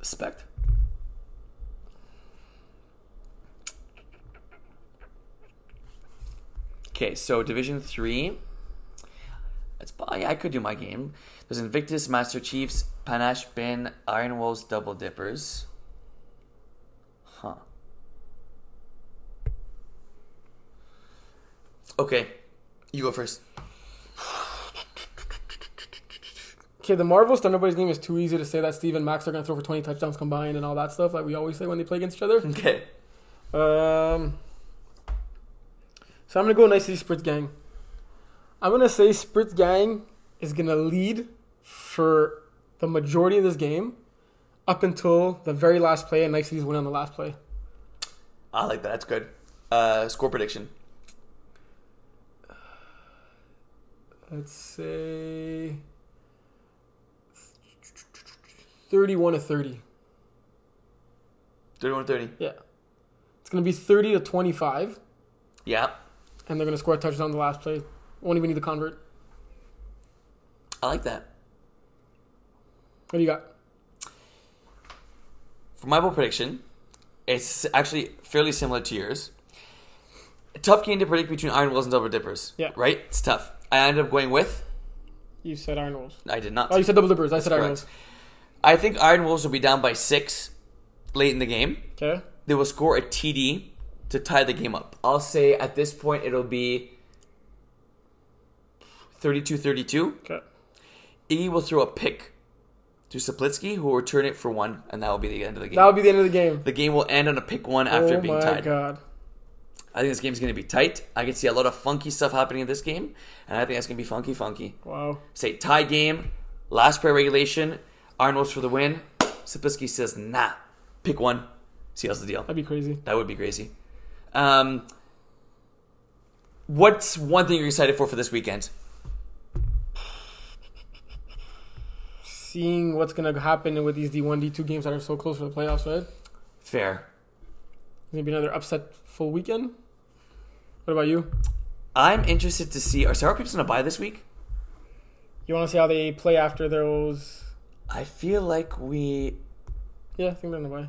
Respect. Okay, so Division Three. That's probably I could do my game. There's Invictus, Master Chiefs, Panache Bin, Iron Wolves, Double Dippers. Huh. Okay, you go first. [LAUGHS]
Okay, the Marvels to everybody's name is too easy to say that Steve and Max are gonna throw for twenty touchdowns combined and all that stuff like we always say when they play against each other.
Okay.
Um, so I'm gonna go nicely Spritz Gang. I'm gonna say Spritz Gang is gonna lead for the majority of this game up until the very last play, and Nice City's win on the last play.
I like that. That's good. Uh, score prediction.
Let's say 31 to 30.
31-30.
Yeah. It's gonna be 30 to 25,
Yeah.
and they're gonna score a touchdown on the last play. Won't even need to convert.
I like that.
What do you got?
For my bowl prediction, it's actually fairly similar to yours. A tough game to predict between Iron Wolves and Double Dippers.
Yeah.
Right? It's tough. I ended up going with.
You said Iron Wolves.
I did not.
Oh, you said double dippers. I said Iron
Correct.
Wolves.
I think Iron Wolves will be down by six late in the game.
Okay.
They will score a TD to tie the game up. I'll say at this point it'll be 32 32.
Okay.
Iggy E will throw a pick to Saplitsky, who will return it for one, and that will be the end of the game.
That would be the end of the game.
the game will end on a pick one after
oh
being
my
tied.
god.
I think this game's going to be tight. I can see a lot of funky stuff happening in this game, and I think that's going to be funky, funky.
Wow.
Say tie game, last play regulation, Arnold's for the win. Sapiski says, nah, pick one, see how's the deal.
That'd be crazy.
That would be crazy. Um, what's one thing you're excited for for this weekend?
Seeing what's gonna happen with these D one, D two games that are so close to the playoffs, right? It's
Fair.
gonna be another upset full weekend. What about you?
I'm interested to see, are Sour Peeps going to buy this week?
You wanna see how they play after those
I feel like we.
Yeah, I think they're in the way.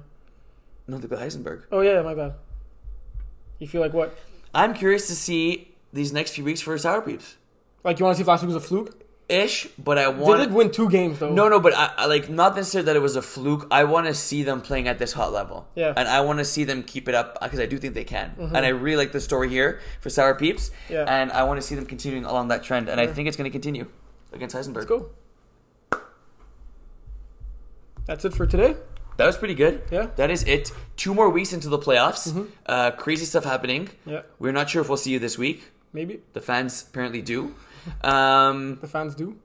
No, they buy Heisenberg.
Oh yeah, my bad. You feel like what?
I'm curious to see these next few weeks for Sour Peeps.
Like you wanna see if last week was a fluke?
Ish, but I
They
want.
did win two games though.
No, no, but I, I like not necessarily that it was a fluke. I want to see them playing at this hot level.
Yeah. Mm-hmm.
And I want to see them keep it up because I do think they can. And I really like the story here for Sour Peeps.
Yeah.
And I want to see them continuing along that trend. And I think it's going to continue against Heisenberg.
Let's go. That's it for today.
That was pretty good.
Yeah.
That is it. Two more weeks into the playoffs.
Mm-hmm.
Uh, crazy stuff happening.
Yeah.
We're not sure if we'll see you this week.
Maybe.
The fans apparently
[LAUGHS]
do. Um,
The fans do.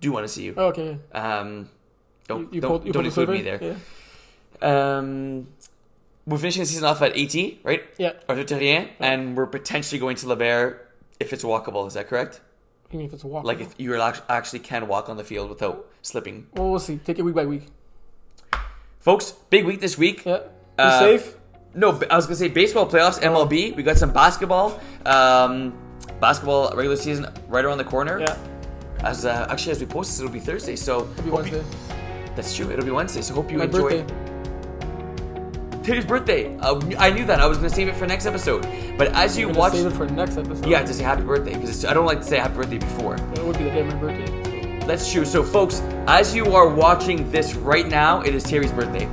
do want to see you.
Oh, okay. yeah.
Um, don't
you
don't,
pulled- you
don't
pulled the
include me
survey?
there. Um, we're finishing the season off at 80, right?
Yeah. yeah.
Arthur Terrien, and we're potentially going to Lebert if it's walkable. Is that correct?
Even if it's a walk.
Like if you act- actually can walk on the field without slipping.
Well, we'll see. Take it week by week.
Folks, big week this week.
Yeah. Be
Uh,
safe.
No, b- I was gonna say baseball playoffs, MLB. We got some basketball. Um, basketball regular season right around the corner.
Yeah.
As uh, actually as we post this, it'll be Thursday. So
Happy Wednesday.
that's true. It'll be Wednesday. So hope you
My
enjoy.
birthday.
Today's birthday. Uh, I knew that. I was gonna save it for next episode. But as you
We're gonna
watch,
save it for next episode.
yeah, to say happy birthday because I don't like to say happy birthday before.
It would be the day of my birthday.
That's true. So, folks, as you are watching this right now, it is Terry's birthday.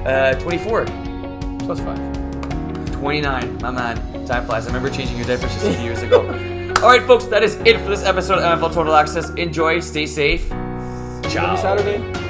It
Uh, 24,
was plus five.
29, my man. Time flies. I remember changing your diapers just a few years ago. All right, folks, that is it for this episode of NFL Total Access. Enjoy, stay safe.
Every
Ciao.
Saturday.